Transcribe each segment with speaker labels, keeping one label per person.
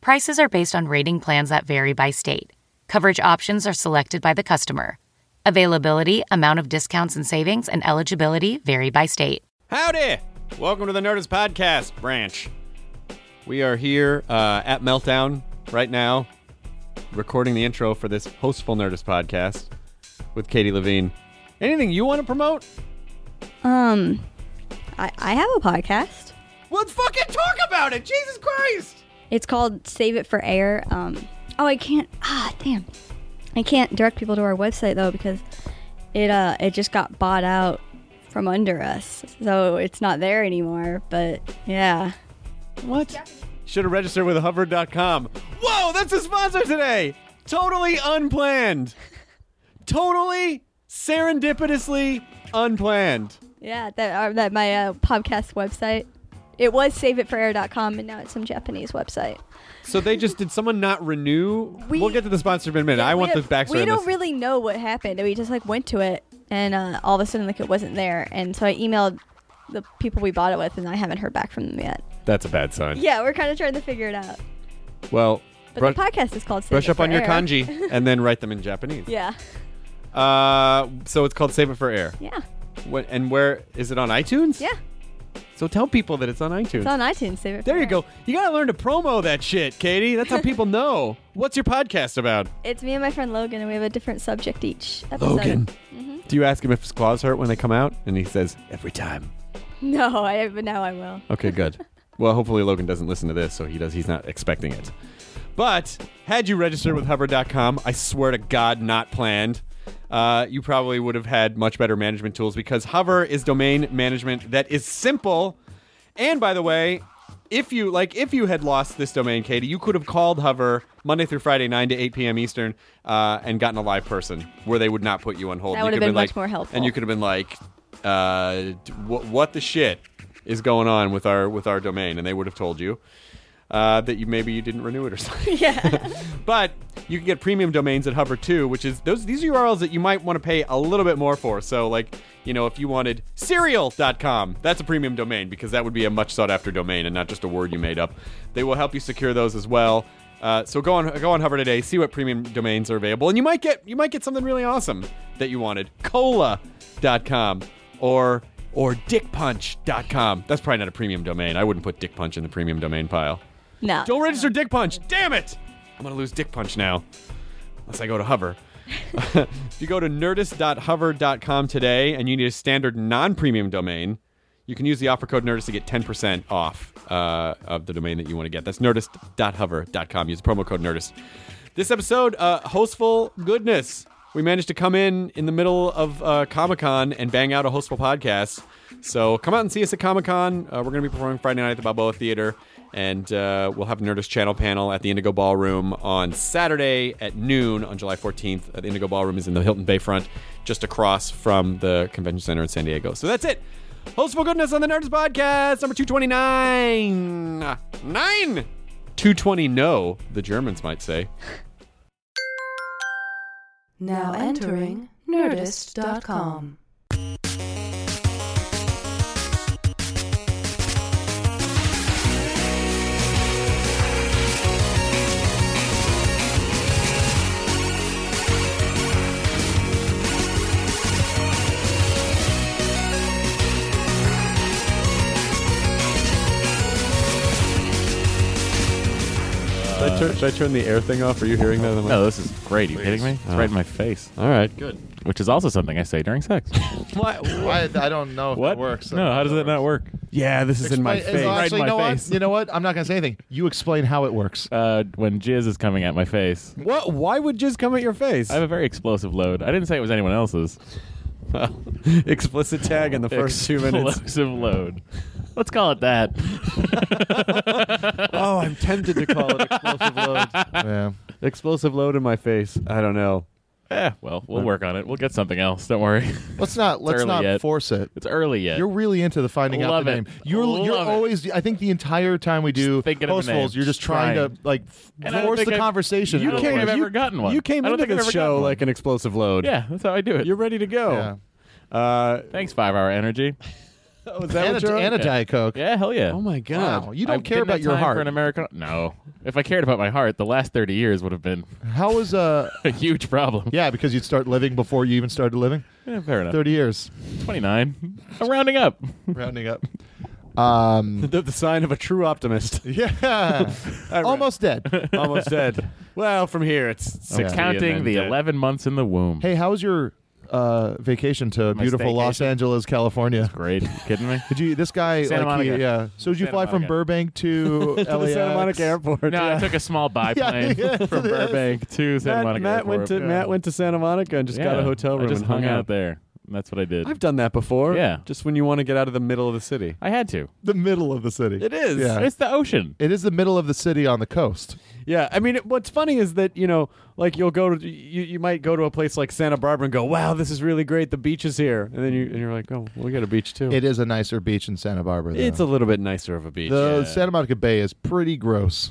Speaker 1: Prices are based on rating plans that vary by state. Coverage options are selected by the customer. Availability, amount of discounts and savings, and eligibility vary by state.
Speaker 2: Howdy! Welcome to the Nerdist Podcast branch. We are here uh, at Meltdown right now, recording the intro for this hostful Nerdist Podcast with Katie Levine. Anything you want to promote?
Speaker 3: Um, I, I have a podcast.
Speaker 2: Let's fucking talk about it! Jesus Christ!
Speaker 3: It's called Save It for Air. Um, oh, I can't. Ah, damn. I can't direct people to our website though because it uh it just got bought out from under us, so it's not there anymore. But yeah,
Speaker 2: What? Should have registered with hover.com. Whoa, that's a sponsor today! Totally unplanned. Totally serendipitously unplanned.
Speaker 3: yeah, that uh, that my uh, podcast website. It was saveitforair.com and now it's some Japanese website.
Speaker 2: So they just did someone not renew? We,
Speaker 3: We-
Speaker 2: will get to the sponsor in a minute. I want
Speaker 3: we
Speaker 2: the backstory.
Speaker 3: We
Speaker 2: on
Speaker 3: don't
Speaker 2: this.
Speaker 3: really know what happened. We just like went to it, and uh, all of a sudden, like it wasn't there. And so I emailed the people we bought it with, and I haven't heard back from them yet.
Speaker 2: That's a bad sign.
Speaker 3: Yeah, we're kind of trying to figure it out.
Speaker 2: Well,
Speaker 3: But
Speaker 2: brush,
Speaker 3: the podcast is called Save
Speaker 2: brush
Speaker 3: It
Speaker 2: up on
Speaker 3: for
Speaker 2: your
Speaker 3: Air.
Speaker 2: kanji and then write them in Japanese.
Speaker 3: Yeah,
Speaker 2: Uh, so it's called Save It for Air.
Speaker 3: yeah,
Speaker 2: What, and where is it on iTunes?
Speaker 3: yeah.
Speaker 2: So tell people that it's on iTunes.
Speaker 3: It's on iTunes. Save it.
Speaker 2: there
Speaker 3: for
Speaker 2: you
Speaker 3: Air.
Speaker 2: go. You gotta learn to promo that shit, Katie. That's how people know. What's your podcast about?
Speaker 3: It's me and my friend Logan, and we have a different subject each episode. Mm-hmm.
Speaker 2: Do you ask him if his claws hurt when they come out? And he says every time.
Speaker 3: No, I but now I will.
Speaker 2: Okay, good. well, hopefully Logan doesn't listen to this, so he does. He's not expecting it. But had you registered with Hover.com, I swear to God, not planned. Uh, you probably would have had much better management tools because Hover is domain management that is simple. And by the way, if you like, if you had lost this domain, Katie, you could have called Hover Monday through Friday, nine to eight p.m. Eastern, uh, and gotten a live person where they would not put you on hold.
Speaker 3: That
Speaker 2: You
Speaker 3: would have
Speaker 2: could
Speaker 3: been much
Speaker 2: like-
Speaker 3: more helpful.
Speaker 2: And you could have been like, uh, what, "What the shit is going on with our with our domain?" And they would have told you uh, that you maybe you didn't renew it or something.
Speaker 3: Yeah,
Speaker 2: But you can get premium domains at Hover too, which is those these are URLs that you might want to pay a little bit more for. So like, you know, if you wanted serial.com, that's a premium domain because that would be a much sought after domain and not just a word you made up. They will help you secure those as well. Uh, so go on go on Hover today, see what premium domains are available, and you might get you might get something really awesome that you wanted. Cola.com or or dickpunch.com. That's probably not a premium domain. I wouldn't put dickpunch in the premium domain pile.
Speaker 3: no.
Speaker 2: Don't register Dick Punch. Damn it! I'm gonna lose Dick Punch now, unless I go to Hover. if you go to nerdist.hover.com today and you need a standard non-premium domain, you can use the offer code Nerdist to get 10% off uh, of the domain that you want to get. That's nerdist.hover.com. Use the promo code Nerdist. This episode, uh, hostful goodness. We managed to come in in the middle of uh, Comic Con and bang out a hostful podcast. So come out and see us at Comic Con. Uh, we're going to be performing Friday night at the Balboa Theater, and uh, we'll have a Nerdist Channel panel at the Indigo Ballroom on Saturday at noon on July 14th. Uh, The Indigo Ballroom is in the Hilton Bayfront, just across from the Convention Center in San Diego. So that's it. Hostful goodness on the Nerdist Podcast, number 229. Nine! 220 no, the Germans might say.
Speaker 4: Now entering nerdist.com.
Speaker 2: The turn, should I turn the air thing off? Are you hearing that? on the mic?
Speaker 5: No, this is great. Are you kidding me? It's
Speaker 2: Oh.
Speaker 5: right in my face.
Speaker 2: All right, good.
Speaker 5: Which is also something I say during sex.
Speaker 6: I, I don't know if
Speaker 5: what?
Speaker 6: it works.
Speaker 5: No, how does that not work? Yeah, this is in my
Speaker 6: Explain-
Speaker 5: face.
Speaker 6: well,
Speaker 5: right in
Speaker 6: Actually,
Speaker 5: my
Speaker 6: you know
Speaker 5: face.
Speaker 6: what? You know what? I'm not gonna say anything. You explain how it works.
Speaker 5: uh, when jizz is coming at my face.
Speaker 2: What? Why would jizz come at your face?
Speaker 5: I have a very explosive load. I didn't say it was anyone else's.
Speaker 2: Explicit tag in the first two minutes.
Speaker 5: Explosive load. Let's call it that.
Speaker 2: oh, I'm tempted to call it explosive load.
Speaker 6: yeah.
Speaker 2: Explosive load in my face. I don't know.
Speaker 5: Eh, well, we'll work on it. We'll get something else. Don't worry.
Speaker 6: Let's not let's
Speaker 5: early
Speaker 6: not
Speaker 5: yet.
Speaker 6: force it.
Speaker 5: It's early yet.
Speaker 6: You're really into the finding out
Speaker 5: Love
Speaker 6: the
Speaker 5: it.
Speaker 6: name. You're you're
Speaker 5: Love it.
Speaker 6: always. I think the entire time we do
Speaker 5: Just thinking of a
Speaker 6: post
Speaker 5: name.
Speaker 6: rolls, you're just trying,
Speaker 5: Trying.
Speaker 6: to like f-
Speaker 5: And I don't
Speaker 6: force
Speaker 5: think
Speaker 6: the
Speaker 5: I've-
Speaker 6: conversation.
Speaker 5: you
Speaker 6: in a
Speaker 5: don't think
Speaker 6: way.
Speaker 5: I've ever gotten one.
Speaker 2: You came
Speaker 5: I don't
Speaker 2: into
Speaker 5: think I've
Speaker 2: this
Speaker 5: ever gotten
Speaker 2: show
Speaker 5: one.
Speaker 2: like an explosive load.
Speaker 5: yeah, that's how I do it.
Speaker 2: You're ready to go.
Speaker 6: Yeah.
Speaker 2: Uh,
Speaker 5: Thanks, Five Hour Energy.
Speaker 2: oh, is that
Speaker 6: And
Speaker 2: what
Speaker 6: a,
Speaker 2: you're on?
Speaker 6: and a Diet Coke.
Speaker 5: Yeah, hell yeah.
Speaker 2: Oh my god.
Speaker 6: Wow, you
Speaker 5: I
Speaker 6: don't care
Speaker 5: didn't
Speaker 6: about
Speaker 5: have
Speaker 6: your
Speaker 5: time
Speaker 6: heart.
Speaker 5: for an American. No, if I cared about my heart, the last thirty years would have been
Speaker 6: How was uh?
Speaker 5: a huge problem.
Speaker 6: Yeah, because you'd start living before you even started living.
Speaker 5: Yeah, fair enough.
Speaker 6: Thirty years,
Speaker 5: Twenty-nine. I'm rounding up.
Speaker 6: rounding up. Um,
Speaker 2: The, the sign of a true optimist.
Speaker 6: yeah, almost dead.
Speaker 2: Almost dead. Well, from here it's
Speaker 5: I'm
Speaker 2: 60 and
Speaker 5: counting
Speaker 2: then
Speaker 5: the
Speaker 2: dead.
Speaker 5: eleven months in the womb.
Speaker 6: Hey, how was your uh, vacation to
Speaker 5: My
Speaker 6: beautiful Los
Speaker 5: staycation?
Speaker 6: Angeles, California?
Speaker 5: Great. You kidding me?
Speaker 6: Did you? This guy,
Speaker 5: Santa
Speaker 6: like, he-
Speaker 5: Monica.
Speaker 6: yeah. So did you
Speaker 5: Santa
Speaker 6: fly from
Speaker 5: Monica.
Speaker 6: Burbank to,
Speaker 2: to the Santa
Speaker 6: LAX?
Speaker 2: Monica airport.
Speaker 5: No,
Speaker 2: yeah.
Speaker 5: I took a small biplane
Speaker 6: Yeah, yeah,
Speaker 5: from
Speaker 6: it is.
Speaker 5: Burbank to Santa
Speaker 2: Matt,
Speaker 5: Monica.
Speaker 2: Matt went to
Speaker 5: Airport.
Speaker 2: Matt went to Santa Monica and just got a
Speaker 5: Yeah,
Speaker 2: hotel room
Speaker 5: I just
Speaker 2: and hung
Speaker 5: hung out there. And That's what I did.
Speaker 2: I've done that before.
Speaker 5: Yeah.
Speaker 2: Just when you want to get out of the middle of the city.
Speaker 5: I had to.
Speaker 6: The middle of the city.
Speaker 2: It is.
Speaker 6: Yeah.
Speaker 5: It's the ocean.
Speaker 6: It is the middle of the city on the coast.
Speaker 2: Yeah, I mean, it- what's funny is that you know, like you'll go to you, you might go to a place like Santa Barbara and go, "Wow, this is really great. The beach is here," and then you and you're like, "Oh, well, we got a beach too."
Speaker 6: It is a nicer beach in Santa Barbara. Though.
Speaker 2: it's a little bit nicer of a beach.
Speaker 6: the Santa Monica Bay is pretty gross.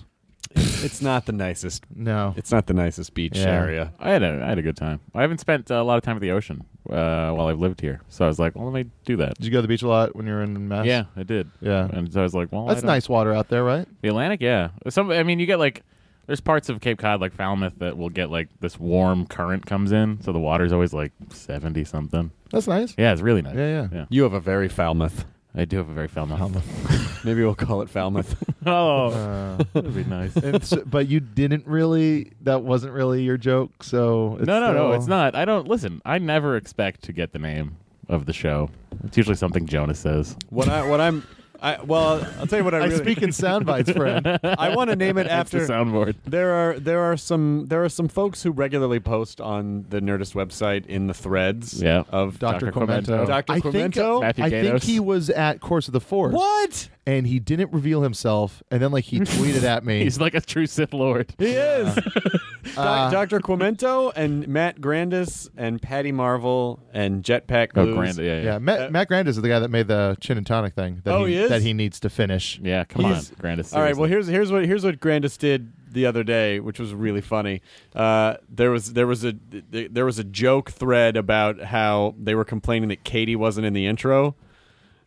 Speaker 2: it's not the nicest.
Speaker 6: No,
Speaker 2: It's not the nicest beach
Speaker 6: Yeah.
Speaker 2: area.
Speaker 5: I had a I had a good time. I haven't spent uh, a lot of time at the ocean uh, while I've lived here, so I was like, well, let me do that.
Speaker 6: did you go to the beach a lot when you were in Mass?
Speaker 5: Yeah, I did.
Speaker 6: yeah.
Speaker 5: And so I was like, well, I
Speaker 6: That's
Speaker 5: don't-
Speaker 6: nice water out there, right?
Speaker 5: The Atlantic, yeah. Some, I mean, you get like there's parts of Cape Cod like Falmouth that will get like this warm current comes in, so the water's always like seventy something.
Speaker 6: That's nice.
Speaker 5: Yeah, it's really nice.
Speaker 6: Yeah, yeah.
Speaker 2: You have a very Falmouth.
Speaker 5: I do have a very Falmouth.
Speaker 2: Maybe we'll call it Falmouth.
Speaker 5: oh,
Speaker 6: Uh,
Speaker 5: that'd be nice.
Speaker 6: and so- but you didn't really. That wasn't really your joke. So it's
Speaker 5: no, no, no,
Speaker 6: still-
Speaker 5: it's not. I don't listen. I never expect to get the name of the show. It's usually something Jonas says.
Speaker 2: what I what I'm I well, I'll tell you what I
Speaker 6: I
Speaker 2: really
Speaker 6: speak in sound bites, friend.
Speaker 2: I want to name it
Speaker 5: That's
Speaker 2: after
Speaker 5: the soundboard.
Speaker 2: There are there are some there are some folks who regularly post on the Nerdist website in the threads
Speaker 5: Yeah.
Speaker 2: of
Speaker 6: Dr. Clemento.
Speaker 5: Clemento.
Speaker 2: Dr.
Speaker 6: I think, uh,
Speaker 2: Clemento.
Speaker 5: Matthew
Speaker 6: I think
Speaker 5: Gatos.
Speaker 6: he was at Course of the Force.
Speaker 2: What?
Speaker 6: And he didn't reveal himself. And then, like, he tweeted at me.
Speaker 5: He's like a true Sith Lord.
Speaker 2: He is.
Speaker 5: Uh,
Speaker 2: Doc- Dr. Clemento and Matt Grandis and Patty Marvel and Jetpack
Speaker 5: Oh,
Speaker 2: Blues. Uh,
Speaker 5: grand, yeah, yeah,
Speaker 6: Yeah, Matt, Matt Grandis is the guy that made the chin and tonic thing. That
Speaker 2: Oh, he is?
Speaker 6: That he needs to finish.
Speaker 5: Yeah, come
Speaker 2: He's-
Speaker 5: on, Grandis.
Speaker 2: All right.
Speaker 5: seriously.
Speaker 2: Well, here's here's what here's what Grandis did the other day, which was really funny. Uh, there was there was a th- there was a joke thread about how they were complaining that Katie wasn't in the intro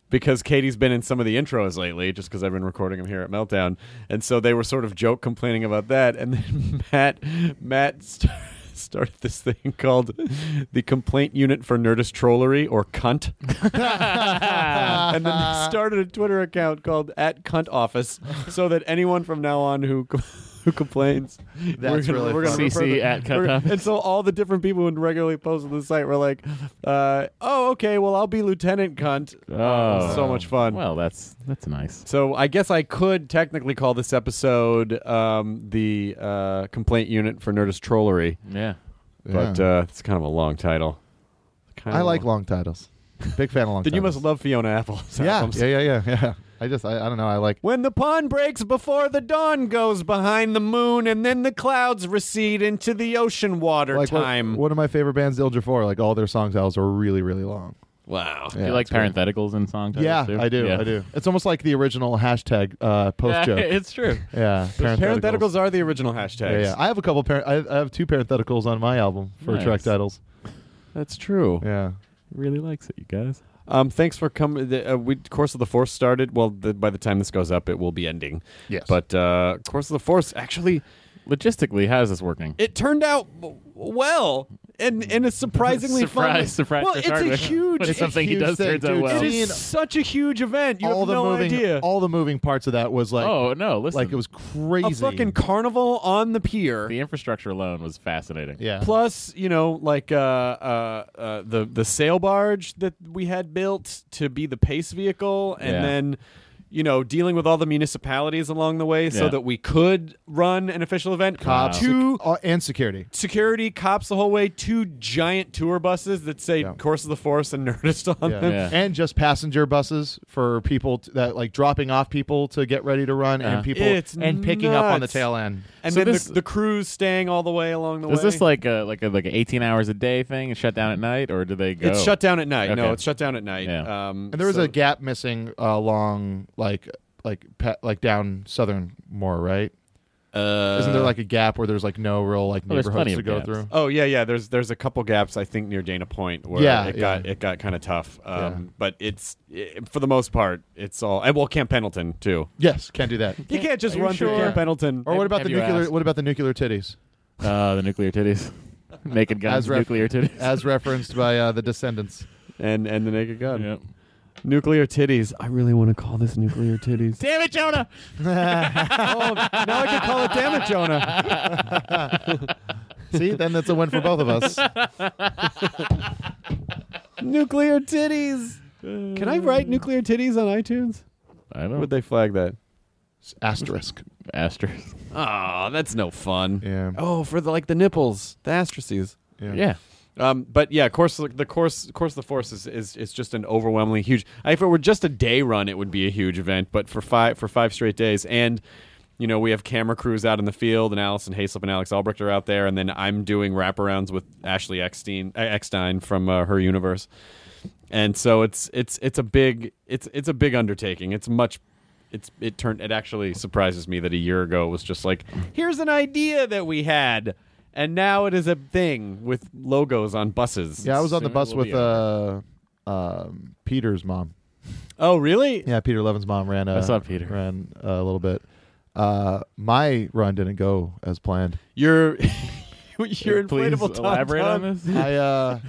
Speaker 2: because Katie's been in some of the intros lately, just because I've been recording them here at Meltdown, and so they were sort of joke complaining about that, and then Matt Matt. St- started this thing called the complaint unit for nerdist trollery or cunt and then they started a Twitter account called at cunt office so that anyone from now on who com- who complains
Speaker 6: That's really funny.
Speaker 2: refer
Speaker 5: CC
Speaker 2: them-
Speaker 5: at cunt
Speaker 2: we're-
Speaker 5: office.
Speaker 2: and so all the different people who regularly post on the site were like uh, oh okay well I'll be lieutenant cunt oh. so much fun
Speaker 5: Well, that's that's nice.
Speaker 2: so I guess I could technically call this episode um, the uh, complaint unit for nerdist trollery
Speaker 5: Yeah.
Speaker 2: but
Speaker 6: Yeah.
Speaker 2: uh, it's kind of a long title Kind
Speaker 6: I
Speaker 2: of
Speaker 6: like
Speaker 2: long.
Speaker 6: long titles. Big fan of long
Speaker 2: then you
Speaker 6: titles.
Speaker 2: must love Fiona Apple's
Speaker 6: yeah,
Speaker 2: albums.
Speaker 6: yeah, yeah, yeah, yeah. I just, I, I don't know. I like.
Speaker 2: When the pond breaks before the dawn goes behind the moon, and then the clouds recede into the ocean water
Speaker 6: Like what-
Speaker 2: time.
Speaker 6: one of my favorite bands, Dil Jafar, like all their song titles are really, really long.
Speaker 2: Wow.
Speaker 6: Yeah,
Speaker 5: you like
Speaker 6: it's weird.
Speaker 5: parentheticals in song titles
Speaker 6: Yeah,
Speaker 5: too?
Speaker 6: I do.
Speaker 5: Yeah.
Speaker 6: I do. It's almost like the original hashtag uh, post
Speaker 5: Yeah,
Speaker 6: joke.
Speaker 5: it's true.
Speaker 6: Yeah,
Speaker 2: Parentheticals are the original
Speaker 6: Yeah,
Speaker 2: hashtags.
Speaker 6: yeah. I have a couple. Par- I, I have two parentheticals on my album for
Speaker 5: Nice.
Speaker 6: track titles.
Speaker 2: That's true.
Speaker 6: Yeah.
Speaker 5: Really likes it, you guys.
Speaker 2: Um, thanks for coming. The, uh, we Course of the Force started. Well, the, by the time this goes up, it will be ending.
Speaker 6: Yes.
Speaker 2: But uh, Course of the Force actually,
Speaker 5: Logistically, how's this working?
Speaker 2: it turned out w- well. and and it's surprisingly fun.
Speaker 5: Surprise, surprise
Speaker 2: Well,
Speaker 5: for
Speaker 2: it's a
Speaker 5: Chadwick.
Speaker 2: huge.
Speaker 5: But it's
Speaker 2: It
Speaker 5: something he
Speaker 6: huge
Speaker 5: does
Speaker 6: thing,
Speaker 5: turns out
Speaker 6: dude.
Speaker 5: well.
Speaker 6: It
Speaker 2: is such a huge event. You
Speaker 6: all
Speaker 2: have
Speaker 6: the
Speaker 2: no
Speaker 6: moving,
Speaker 2: idea.
Speaker 6: all the moving parts of that was like,
Speaker 5: oh no! Listen,
Speaker 6: like it was crazy.
Speaker 2: a fucking carnival on the pier.
Speaker 5: the infrastructure alone was fascinating.
Speaker 6: yeah.
Speaker 2: Plus, you know, like uh, uh, uh, the the sail barge that we had built to be the pace vehicle, and
Speaker 5: Yeah.
Speaker 2: then you know dealing with all the municipalities along the way, so
Speaker 5: Yeah.
Speaker 2: that we could run an official event.
Speaker 6: cops
Speaker 2: two
Speaker 6: uh, and security.
Speaker 2: security cops the whole way, two giant tour buses that say
Speaker 6: Yeah.
Speaker 2: "Course of the Force" and "Nerdist" on
Speaker 6: Yeah.
Speaker 2: them.
Speaker 5: Yeah.
Speaker 6: and just passenger buses for people t- that like dropping off people to get ready to run,
Speaker 5: Yeah.
Speaker 6: and people
Speaker 2: It's
Speaker 6: and picking up on the
Speaker 2: nuts.
Speaker 6: tail
Speaker 2: And
Speaker 6: end.
Speaker 5: Uh-huh. So
Speaker 2: then
Speaker 5: this-
Speaker 2: the, the crews staying all the way along the
Speaker 5: Was
Speaker 2: way.
Speaker 5: this like a like a like a eighteen hours a day thing and shut down at night, or did they go?
Speaker 2: it's shut down at night? No,
Speaker 5: Okay.
Speaker 2: it's shut down at night.
Speaker 5: Yeah.
Speaker 2: Um,
Speaker 6: And there was
Speaker 2: so-
Speaker 6: a gap missing uh, along like like pe- like down southern more right.
Speaker 2: Uh,
Speaker 6: Isn't there like a gap where there's like no real like
Speaker 5: Well, there's
Speaker 6: neighborhoods
Speaker 5: plenty
Speaker 6: to
Speaker 5: of
Speaker 6: go
Speaker 5: gaps.
Speaker 6: through?
Speaker 2: Oh yeah, yeah. There's there's a couple gaps I think near Dana Point where
Speaker 6: Yeah,
Speaker 2: it
Speaker 6: yeah.
Speaker 2: got it got kind of tough. Um, But it's it, for the most part it's all and well Camp Pendleton too.
Speaker 6: Yes, can't do that.
Speaker 2: You can't just
Speaker 5: Are you
Speaker 2: run through
Speaker 5: sure?
Speaker 2: Camp Pendleton.
Speaker 6: Or what about
Speaker 5: have
Speaker 6: the
Speaker 5: you
Speaker 6: nuclear?
Speaker 5: asked?
Speaker 6: What about the nuclear titties,
Speaker 5: Uh, the nuclear titties, naked guns,
Speaker 6: As ref-
Speaker 5: nuclear titties.
Speaker 6: as referenced by uh, the Descendants?
Speaker 2: and and the Naked Gun.
Speaker 5: Yep.
Speaker 2: Nuclear titties. I really want to call this nuclear titties.
Speaker 5: Damn it, Jonah!
Speaker 2: oh, now I can call it. Damn it, Jonah.
Speaker 6: See, then that's a win for both of us.
Speaker 2: nuclear titties. Can I write nuclear titties on iTunes?
Speaker 5: I
Speaker 6: Oh.
Speaker 5: don't.
Speaker 2: Would they flag that?
Speaker 6: Asterisk.
Speaker 5: Asterisk.
Speaker 2: Oh, that's no fun.
Speaker 6: Yeah.
Speaker 2: Oh, for the like the nipples, the astrices.
Speaker 5: Yeah.
Speaker 2: Um, but yeah, course the course course of the force is, is is just an overwhelmingly huge. If it were just a day run, it would be a huge event. But for five for five straight days, and you know we have camera crews out in the field, and Allison Hayslip and Alex Albrecht are out there, and then I'm doing wraparounds with Ashley Eckstein uh, Eckstein from uh, her universe, and so it's it's it's a big it's it's a big undertaking. It's much. It's it turned it actually surprises me that a year ago it was just like here's an idea that we had and now it is a thing with logos on buses.
Speaker 6: Yeah, I was on the
Speaker 5: Soon it
Speaker 6: bus
Speaker 5: will
Speaker 6: with
Speaker 5: be
Speaker 6: uh, um, Peter's mom.
Speaker 2: Oh, really?
Speaker 6: Yeah, Peter Levin's mom ran. Uh,
Speaker 5: I saw Peter.
Speaker 6: ran uh, a little bit. Uh, my run didn't go as planned.
Speaker 2: Your your
Speaker 5: Please
Speaker 2: inflatable
Speaker 5: elaborate on
Speaker 2: tom-tom.
Speaker 5: this.
Speaker 6: I uh,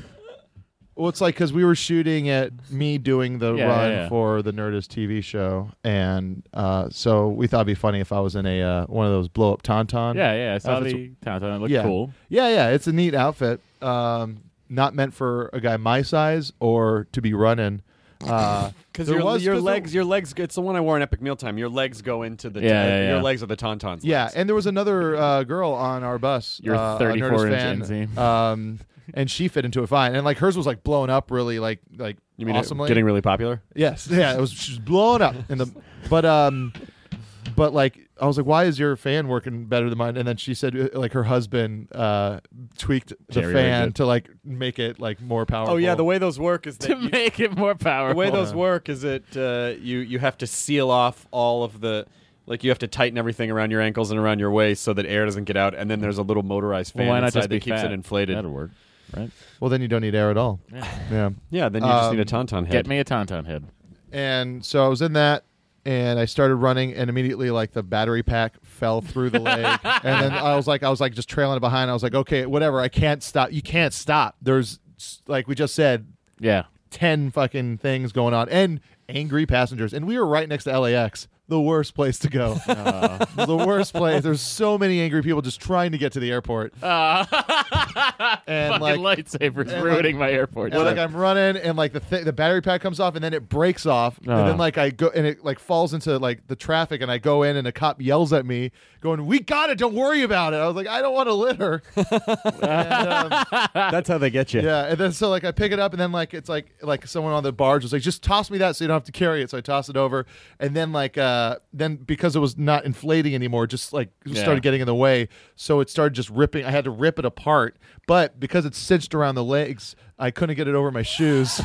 Speaker 6: well, it's like because we were shooting at me doing the
Speaker 5: Yeah,
Speaker 6: run
Speaker 5: yeah, yeah.
Speaker 6: for the Nerdist TV show, and uh, so we thought it'd be funny if I was in a uh, one of those blow up tauntaun.
Speaker 5: Yeah, yeah. I saw
Speaker 6: Outfits-
Speaker 5: the tauntaun. It looked
Speaker 6: yeah.
Speaker 5: cool.
Speaker 6: Yeah, yeah, it's a neat outfit. Um, not meant for a guy my size or to be running. Uh, Because
Speaker 2: Because your, your legs, your legs, it's the one I wore in Epic Mealtime. Your legs go into the,
Speaker 5: Yeah, yeah, yeah.
Speaker 2: your legs are the tauntauns.
Speaker 6: Yeah,
Speaker 2: legs.
Speaker 6: and there was another uh, girl on our bus.
Speaker 5: Your
Speaker 6: uh, a
Speaker 5: 34
Speaker 6: Nerdist
Speaker 5: inch inseam.
Speaker 6: fan, um, and she fit into it fine. And like hers was like blown up, really like like
Speaker 2: you mean it-
Speaker 6: awesomely.
Speaker 2: getting really popular?
Speaker 6: yes, yeah, it was she was blown up in the, but um, but like I was like, why is your fan working better than mine? And then she said uh, like her husband uh tweaked the
Speaker 5: Jerry rigged
Speaker 6: fan
Speaker 5: it.
Speaker 6: to like make it like more powerful.
Speaker 2: Oh yeah, the way those work is that
Speaker 5: To
Speaker 2: you-
Speaker 5: make it more
Speaker 2: the
Speaker 5: powerful.
Speaker 2: way those work is that uh, you you have to seal off all of the. Like you have to tighten everything around your ankles and around your waist so that air doesn't get out, and then there's a little motorized fan
Speaker 5: Well, why not
Speaker 2: inside
Speaker 5: just
Speaker 2: that
Speaker 5: be
Speaker 2: keeps
Speaker 5: fat?
Speaker 2: it inflated.
Speaker 5: That'll work, right?
Speaker 6: well, then you don't need air at all. yeah.
Speaker 2: Yeah, then you just
Speaker 6: Um,
Speaker 2: need a tauntaun head.
Speaker 5: Get me a tauntaun head.
Speaker 6: and so I was in that, and I started running, and immediately like the battery pack fell through the leg, and then I was like, I was like just trailing it behind. I was like, okay, whatever, I can't stop. You can't stop. There's like we just said,
Speaker 5: Yeah.
Speaker 6: ten fucking things going on, and angry passengers, and we were right next to LAX. The worst place to go. the worst place. There's so many angry people just trying to get to the airport. and
Speaker 5: Fucking
Speaker 6: like,
Speaker 5: lightsabers
Speaker 6: and
Speaker 5: ruining
Speaker 6: like-
Speaker 5: my airport.
Speaker 6: and
Speaker 5: trip.
Speaker 6: like I'm running, and like the th- the battery pack comes off, and then it breaks off,
Speaker 5: Ah.
Speaker 6: and then like I go and it like falls into like the traffic, and I go in, and a cop yells at me, going, "We got it! Don't worry about it." I was like, "I don't want to litter." and, um,
Speaker 2: That's how they get you.
Speaker 6: yeah, and then so like I pick it up, and then like it's like like someone on the barge was like, "Just toss me that, so you don't have to carry it." So I toss it over, and then like uh then because it was not inflating anymore, just like
Speaker 5: Yeah.
Speaker 6: started getting in the way, so it started just ripping. I had to rip it apart, but because it's cinched around the legs, I couldn't get it over my shoes,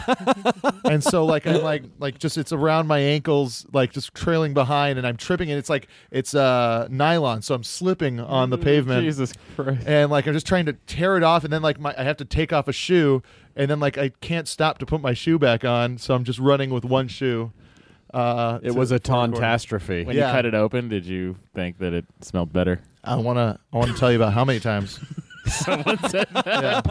Speaker 6: and so like I'm like like just it's around my ankles, like just trailing behind, and I'm tripping, and it's like it's uh nylon, so I'm slipping on the pavement
Speaker 5: Mm, Jesus Christ.
Speaker 6: and like I'm just trying to tear it off, and then like my I have to take off a shoe, and then like I can't stop to put my shoe back on, so I'm just running with one shoe. Uh,
Speaker 2: It
Speaker 6: to-
Speaker 2: was a
Speaker 6: for recording.
Speaker 2: tauntastrophe.
Speaker 5: When
Speaker 6: Yeah.
Speaker 5: you cut it open, did you think that it smelled better?
Speaker 6: I wanna I wanna tell you about how many times
Speaker 5: Someone said that.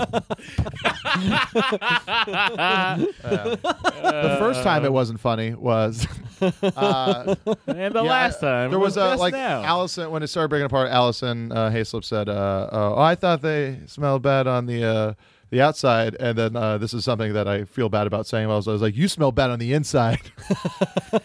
Speaker 6: the first time it wasn't funny was uh,
Speaker 5: and the
Speaker 6: yeah,
Speaker 5: last
Speaker 6: I-
Speaker 5: time
Speaker 6: there was
Speaker 5: uh,
Speaker 6: a like Allison when it started breaking apart. Allison uh, Hayslip said, uh, uh, "Oh, I thought they smelled bad on the uh, the outside," and then uh, this is something that I feel bad about saying. I was, I was like, "You smell bad on the inside."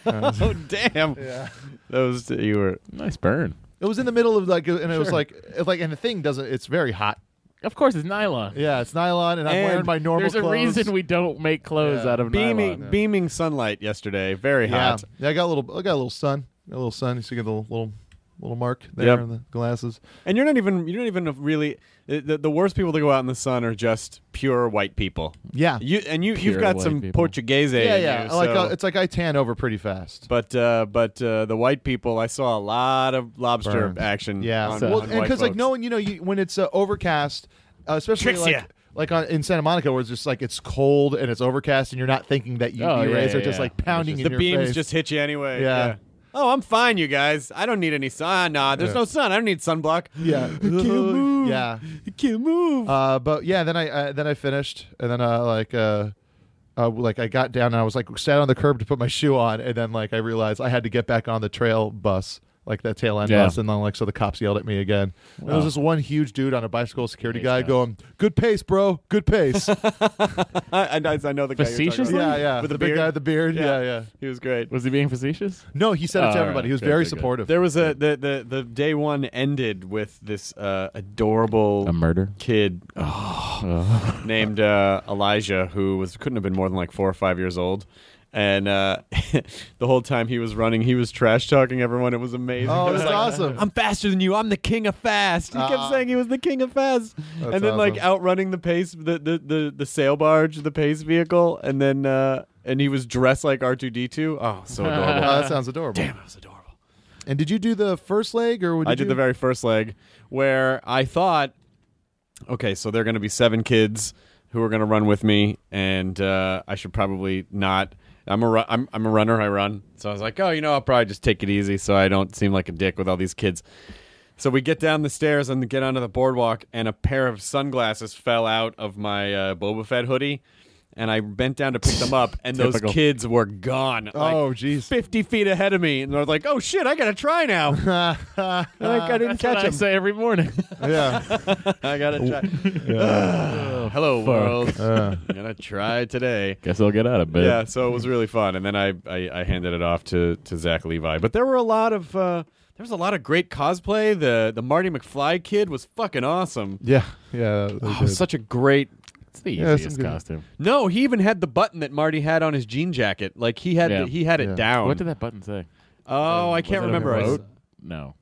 Speaker 2: oh damn! Yeah. Those two, you were
Speaker 5: nice burn.
Speaker 6: it was in the middle of like, and it was like, it, like, and the thing doesn't. It's very hot.
Speaker 5: Of course, it's nylon.
Speaker 6: Yeah, it's nylon, and I'm
Speaker 2: And
Speaker 6: wearing my normal.
Speaker 5: There's a
Speaker 6: clothes.
Speaker 5: reason we don't make clothes
Speaker 6: Yeah.
Speaker 5: out of
Speaker 2: beaming
Speaker 5: nylon.
Speaker 2: beaming sunlight yesterday. Very
Speaker 6: Yeah,
Speaker 2: hot.
Speaker 6: yeah. I got a little. I got a little sun. A little sun. You see, get the little little little mark there
Speaker 2: Yep.
Speaker 6: on the glasses.
Speaker 2: And you're not even you're not even really uh, the, the worst people to go out in the sun are just pure white people.
Speaker 6: Yeah,
Speaker 2: You and you you've
Speaker 5: Pure
Speaker 2: got
Speaker 5: white
Speaker 2: some
Speaker 5: people.
Speaker 2: Portuguese
Speaker 6: yeah,
Speaker 2: in
Speaker 6: yeah.
Speaker 2: you.
Speaker 6: like
Speaker 2: so-
Speaker 6: uh, it's like I tan over pretty fast.
Speaker 2: but uh, but uh, the white people, I saw a lot of lobster
Speaker 6: Burned.
Speaker 2: action.
Speaker 6: Yeah,
Speaker 2: on, on
Speaker 6: well, and
Speaker 2: white
Speaker 6: because like
Speaker 2: folks.
Speaker 6: no one, you know, you, when it's uh, overcast, uh, especially
Speaker 2: Tricks
Speaker 6: like
Speaker 2: ya.
Speaker 6: like on, in Santa Monica, where it's just like it's cold and it's overcast, and you're not thinking that you,
Speaker 5: Oh,
Speaker 6: your
Speaker 5: yeah,
Speaker 6: rays
Speaker 5: yeah,
Speaker 6: are just
Speaker 5: yeah.
Speaker 6: like pounding
Speaker 5: It's
Speaker 6: in
Speaker 2: the
Speaker 6: your
Speaker 2: beams
Speaker 6: face.
Speaker 2: just hit you anyway.
Speaker 6: Yeah.
Speaker 2: Oh, I'm fine, you guys. I don't need any sun. Ah, Nah, there's
Speaker 6: Yeah.
Speaker 2: no sun. I don't need sunblock.
Speaker 6: yeah,
Speaker 2: move.
Speaker 6: yeah.
Speaker 2: I can't move.
Speaker 6: Uh, but yeah, then I uh, then I finished, and then uh, like uh, uh, like I got down and I was like sat on the curb to put my shoe on, and then like I realized I had to get back on the trail bus. Like that tail end
Speaker 5: Yeah.
Speaker 6: bus, and then like so the cops yelled at me again. And there was this one huge dude on a bicycle security
Speaker 5: Nice
Speaker 6: guy
Speaker 5: guy.
Speaker 6: going, "Good pace, bro. Good pace."
Speaker 2: I, I, I know the guy. you're talking about.
Speaker 5: Facetiously?
Speaker 6: yeah, yeah.
Speaker 2: With
Speaker 6: the
Speaker 2: the
Speaker 6: big
Speaker 2: beard?
Speaker 6: guy with the beard. Yeah, yeah.
Speaker 2: He was great.
Speaker 5: Was he being facetious?
Speaker 6: No, he
Speaker 5: Oh,
Speaker 6: said it to
Speaker 5: all
Speaker 6: everybody.
Speaker 5: right.
Speaker 6: He was
Speaker 5: Good,
Speaker 6: very
Speaker 5: good, good.
Speaker 6: supportive.
Speaker 2: There was a the, the the day one ended with this uh, adorable
Speaker 5: A murder. Oh.
Speaker 2: kid named uh, Elijah who was couldn't have been more than like four or five years old. And uh, the whole time he was running, he was trash talking everyone. It was amazing.
Speaker 6: Oh,
Speaker 2: It was
Speaker 6: that's awesome.
Speaker 2: I'm faster than you. I'm the king of fast. He kept
Speaker 6: Ah.
Speaker 2: saying he was the king of fast, and
Speaker 6: That's
Speaker 2: then like
Speaker 6: awesome.
Speaker 2: outrunning the pace, the the the, the sail barge, the pace vehicle, and then uh, and he was dressed like R2D2. Oh, so
Speaker 6: Oh,
Speaker 2: adorable.
Speaker 6: that sounds adorable.
Speaker 2: Damn, it was adorable.
Speaker 6: And did you do the first leg or did
Speaker 2: I did
Speaker 6: you-
Speaker 2: the very first leg where I thought, okay, so there are going to be seven kids who are going to run with me, and uh, I should probably not. I'm a ru- I'm, I'm a runner. I run, so I was like, oh, you know, I'll probably just take it easy, so I don't seem like a dick with all these kids. So we get down the stairs and get onto the boardwalk, and a pair of sunglasses fell out of my uh, Boba Fett hoodie. And I bent down to pick them up, and those
Speaker 5: Typical.
Speaker 2: kids were gone. like,
Speaker 6: Oh, jeez.
Speaker 2: 50 feet ahead of me. And they're like, oh, shit, I got to try now. And I, I didn't
Speaker 5: That's what
Speaker 2: catch
Speaker 5: I
Speaker 2: him.
Speaker 5: say every morning.
Speaker 6: yeah.
Speaker 2: I gotta try. Hello,
Speaker 5: fuck.
Speaker 2: world. I'm gonna try today.
Speaker 5: Guess I'll get out of bed.
Speaker 2: Yeah, so it was really fun, and then I, I, I handed it off to, to Zach Levi. But there were a lot of uh, there was a lot of great cosplay. The the Marty McFly kid was fucking awesome.
Speaker 6: Yeah. Yeah. they
Speaker 2: Oh,
Speaker 6: did.
Speaker 2: such a great.
Speaker 5: It's the
Speaker 6: Yeah, it's
Speaker 5: easiest
Speaker 6: good.
Speaker 5: costume.
Speaker 2: No, he even had the button that Marty had on his jean jacket. Like he had
Speaker 5: Yeah.
Speaker 2: he had it
Speaker 6: Yeah.
Speaker 2: down.
Speaker 5: What did that button say? Um,
Speaker 2: oh, I
Speaker 5: Was
Speaker 2: can't
Speaker 5: it a
Speaker 2: remember. I s-
Speaker 5: vote? No.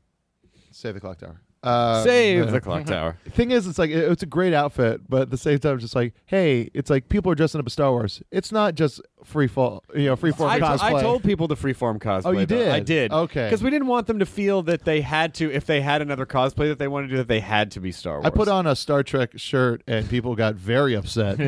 Speaker 6: Save the clock tower. Uh,
Speaker 2: Save the clock tower.
Speaker 6: thing is, it's like it- it's a great outfit, but at the same time, it's just like, hey, it's like people are dressing up as Star Wars. It's not just free fall, you know, free form
Speaker 2: I,
Speaker 6: cosplay.
Speaker 2: I told people to freeform cosplay.
Speaker 6: Oh, you
Speaker 2: though.
Speaker 6: did?
Speaker 2: I did.
Speaker 6: Okay.
Speaker 2: Because we didn't want them to feel that they had to, if they had another cosplay that they wanted to do, that they had to be Star Wars.
Speaker 6: I put on a Star Trek shirt, and people got very upset.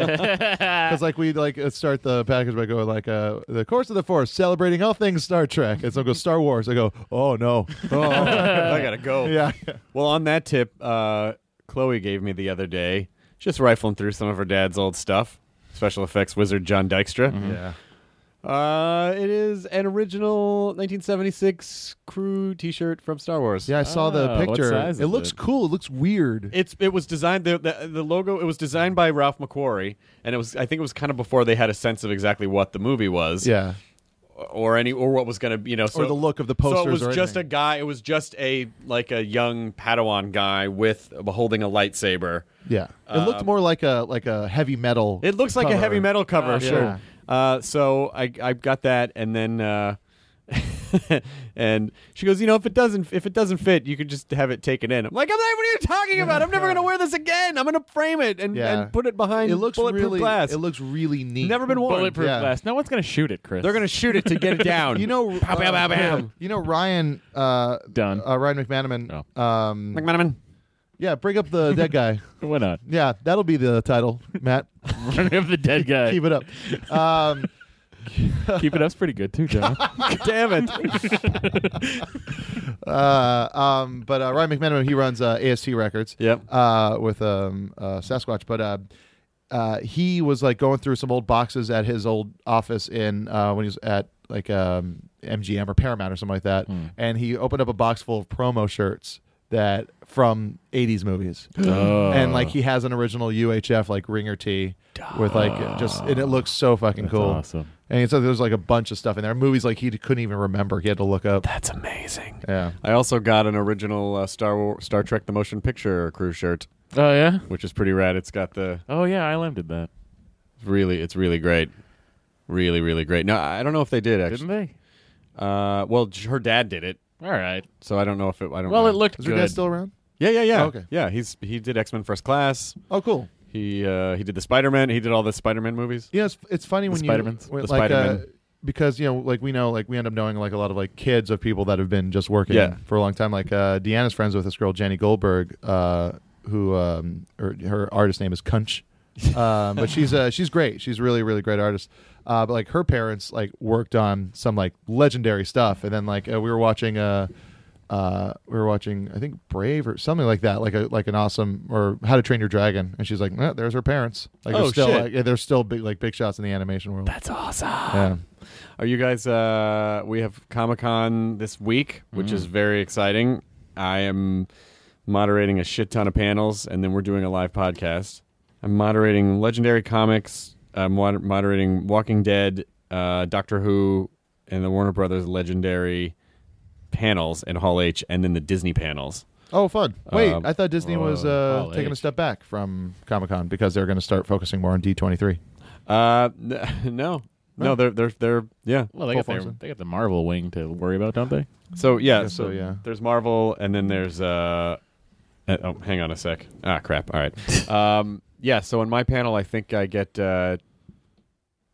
Speaker 6: Because like we like uh, start the package by going like uh, the course of the force celebrating all things Star Trek, and so go Star Wars. I go, oh no, oh
Speaker 2: I gotta go.
Speaker 6: yeah,
Speaker 2: Well, on that tip, uh, Chloe gave me the other day, just rifling through some of her dad's old stuff. Special effects wizard John Dykstra.
Speaker 6: yeah.
Speaker 2: Uh, it is an original 1976 crew T-shirt from Star Wars. Oh,
Speaker 6: Yeah, I saw the
Speaker 5: Ah, what
Speaker 6: picture.
Speaker 5: size
Speaker 6: It
Speaker 5: is
Speaker 6: looks
Speaker 5: it?
Speaker 6: cool. It looks weird.
Speaker 2: It's it was designed the, the the logo it was designed by Ralph McQuarrie and it was I think it was kind of before they had a sense of exactly what the movie was.
Speaker 6: yeah,
Speaker 2: or any or what was going to you know so,
Speaker 6: or the look of the
Speaker 2: so
Speaker 6: posters.
Speaker 2: it was
Speaker 6: or
Speaker 2: just a
Speaker 6: anything.
Speaker 2: guy it was just a like a young padawan guy with holding a lightsaber
Speaker 6: yeah. it looked more like a like a heavy metal.
Speaker 2: um, it looks like a
Speaker 6: cover.
Speaker 2: heavy metal cover sure
Speaker 6: yeah.
Speaker 2: uh, so I, I got that and then uh, and she goes you know if it doesn't if it doesn't fit you could just have it taken in i'm like I'm not, what are you talking about i'm never going to wear this again i'm going to frame it and,
Speaker 6: Yeah.
Speaker 2: and put it behind
Speaker 6: It looks
Speaker 2: bulletproof
Speaker 6: really.
Speaker 2: glass
Speaker 6: It looks really neat.
Speaker 2: never been worn
Speaker 5: Bulletproof
Speaker 6: Yeah.
Speaker 5: glass. No one's gonna shoot it, Chris.
Speaker 2: they're going to shoot it to get it down
Speaker 6: You know,
Speaker 2: Pow, pow, pow,
Speaker 6: uh,
Speaker 2: bam.
Speaker 6: you know Ryan uh,
Speaker 5: Done.
Speaker 6: Uh, Ryan McManaman.
Speaker 2: Oh.
Speaker 6: Um,
Speaker 2: McManaman.
Speaker 6: yeah, bring up the dead guy.
Speaker 5: Why not?
Speaker 6: Yeah, that'll be the title, Matt.
Speaker 5: Running up the dead guy.
Speaker 6: Keep it up. Um,
Speaker 5: Keep it up's pretty good too, John.
Speaker 2: Damn it.
Speaker 6: uh, um, but uh, Ryan McMenamin, he runs uh, AST Records.
Speaker 2: Yep.
Speaker 6: Uh, with um, uh, Sasquatch, but uh, uh, he was like going through some old boxes at his old office in uh, when he was at like um, MGM or Paramount or something like that,
Speaker 5: Hmm.
Speaker 6: and he opened up a box full of promo shirts that from 80s movies
Speaker 2: Oh.
Speaker 6: and like he has an original UHF like ringer tee with like just and it looks so fucking cool
Speaker 5: awesome.
Speaker 6: and so there's like a bunch of stuff in there movies like he couldn't even remember he had to look up
Speaker 2: That's amazing.
Speaker 6: yeah
Speaker 2: I also got an original uh, Star War- Star Trek the Motion Picture crew shirt,
Speaker 5: Oh yeah.
Speaker 2: which is pretty rad. It's got the
Speaker 5: Oh yeah. ILM did that,
Speaker 2: really, it's really great, really, really great. No, I don't know if they did actually.
Speaker 5: didn't they?
Speaker 2: Uh, well, j- her dad did it,
Speaker 5: All right.
Speaker 2: so I don't know if it. I don't.
Speaker 5: Well,
Speaker 2: know.
Speaker 5: it looked
Speaker 6: is
Speaker 5: good.
Speaker 6: your dad still around
Speaker 2: Yeah, yeah, yeah.
Speaker 6: Oh, okay.
Speaker 2: Yeah, he's he did X Men First Class.
Speaker 6: oh cool
Speaker 2: He uh, he did the Spider Man. He did all the Spider Man movies.
Speaker 6: Yeah, it's, it's funny when
Speaker 5: Spider-Mans.
Speaker 6: you when,
Speaker 2: The
Speaker 6: like uh,
Speaker 2: Spider-Man.
Speaker 6: because you know like we know like we end up knowing like a lot of like kids of people that have been just working
Speaker 2: Yeah.
Speaker 6: for a long time. Like uh, Deanna's friends with this girl Jenny Goldberg, uh, who um, her, her artist name is Kunch, um, but she's uh, she's great. She's a really really great artist. Uh, but like her parents like worked on some like legendary stuff, and then like uh, we were watching uh, uh, we were watching I think Brave or something like that, like a like an awesome or How to Train Your Dragon, and she's like, "Nah, there's her parents. Like
Speaker 2: Oh,
Speaker 6: they're still
Speaker 2: shit.
Speaker 6: like yeah, they're still big like big shots in the animation world.
Speaker 2: That's awesome.
Speaker 6: yeah.
Speaker 2: Are you guys? Uh, we have Comic Con this week, which is very exciting. I am moderating a shit ton of panels, and then we're doing a live podcast. I'm moderating Legendary Comics. I'm moder- moderating Walking Dead, uh, Doctor Who, and the Warner Brothers Legendary panels and Hall H, and then the Disney panels.
Speaker 6: Oh, fun. Wait,
Speaker 2: Um,
Speaker 6: I thought Disney was
Speaker 5: uh,
Speaker 6: uh,
Speaker 5: Hall
Speaker 6: taking a
Speaker 5: H.
Speaker 6: step back from Comic Con because they're going to start focusing more on D23.
Speaker 2: Uh, n- no, no, they're they're they're yeah.
Speaker 5: Well, they
Speaker 6: Full
Speaker 5: got, their,
Speaker 6: function.
Speaker 5: they got the Marvel wing to worry about, don't they?
Speaker 2: So yeah,
Speaker 6: guess
Speaker 2: so,
Speaker 6: so, yeah.
Speaker 2: There's Marvel, and then there's uh, uh, oh, hang on a sec. Ah, crap. All right. um, yeah. So in my panel, I think I get. Uh,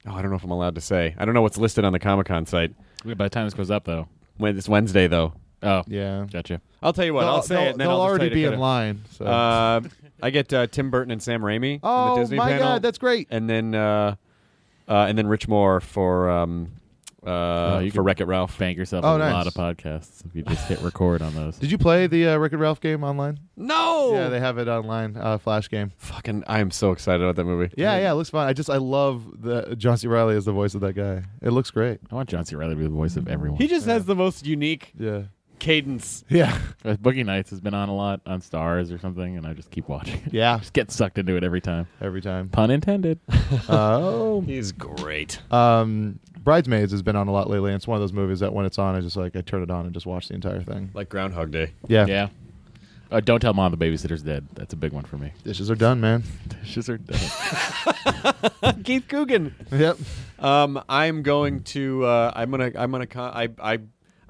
Speaker 2: oh, I don't know if I'm allowed to say. I don't know what's listed on the Comic Con site.
Speaker 5: By the time this goes up, though.
Speaker 2: When it's Wednesday, though,
Speaker 5: Oh,
Speaker 6: Yeah.
Speaker 5: gotcha.
Speaker 2: I'll tell you what.
Speaker 6: they'll
Speaker 2: I'll say
Speaker 6: they'll-
Speaker 2: it. And then
Speaker 6: they'll
Speaker 2: I'll just
Speaker 6: already
Speaker 2: tell you to
Speaker 6: be in
Speaker 2: cut
Speaker 6: line. So.
Speaker 2: it. Uh, I get uh, Tim Burton and Sam Raimi on the
Speaker 6: oh,
Speaker 2: Disney
Speaker 6: my
Speaker 2: panel,
Speaker 6: God. That's great.
Speaker 2: and then uh, uh, and then Rich Moore for um, uh,
Speaker 5: you
Speaker 2: for
Speaker 5: can-
Speaker 2: Wreck It Ralph.
Speaker 5: Bank yourself
Speaker 6: Oh,
Speaker 5: a
Speaker 6: nice.
Speaker 5: lot of podcasts if you just hit record on those.
Speaker 6: Did you play the uh, Rick and Ralph game online?
Speaker 2: No.
Speaker 6: Yeah, they have it online, uh, Flash game.
Speaker 2: Fucking, I am so excited about that movie.
Speaker 6: Yeah, yeah, it looks fun. I just, I love the John C. Riley is the voice of that guy. It looks great.
Speaker 5: I want John C. Riley to be the voice of everyone.
Speaker 2: He just has the most unique
Speaker 6: Yeah.
Speaker 2: cadence.
Speaker 6: Yeah.
Speaker 5: Uh, Boogie Nights has been on a lot on Stars or something, and I just keep watching it.
Speaker 6: Yeah.
Speaker 5: just get sucked into it every time.
Speaker 6: Every time.
Speaker 5: Pun intended.
Speaker 6: Oh.
Speaker 2: He's great.
Speaker 6: Um, Bridesmaids has been on a lot lately. And it's one of those movies that when it's on, I just like I turn it on and just watch the entire thing.
Speaker 2: Like Groundhog Day.
Speaker 6: Yeah,
Speaker 5: yeah. Uh, don't tell mom the babysitter's dead. That's a big one for me.
Speaker 6: dishes are done, man.
Speaker 5: Dishes are dead.
Speaker 2: Keith Coogan.
Speaker 6: yep.
Speaker 2: Um, I'm going to. Uh, I'm gonna. I'm gonna. Con- I. I.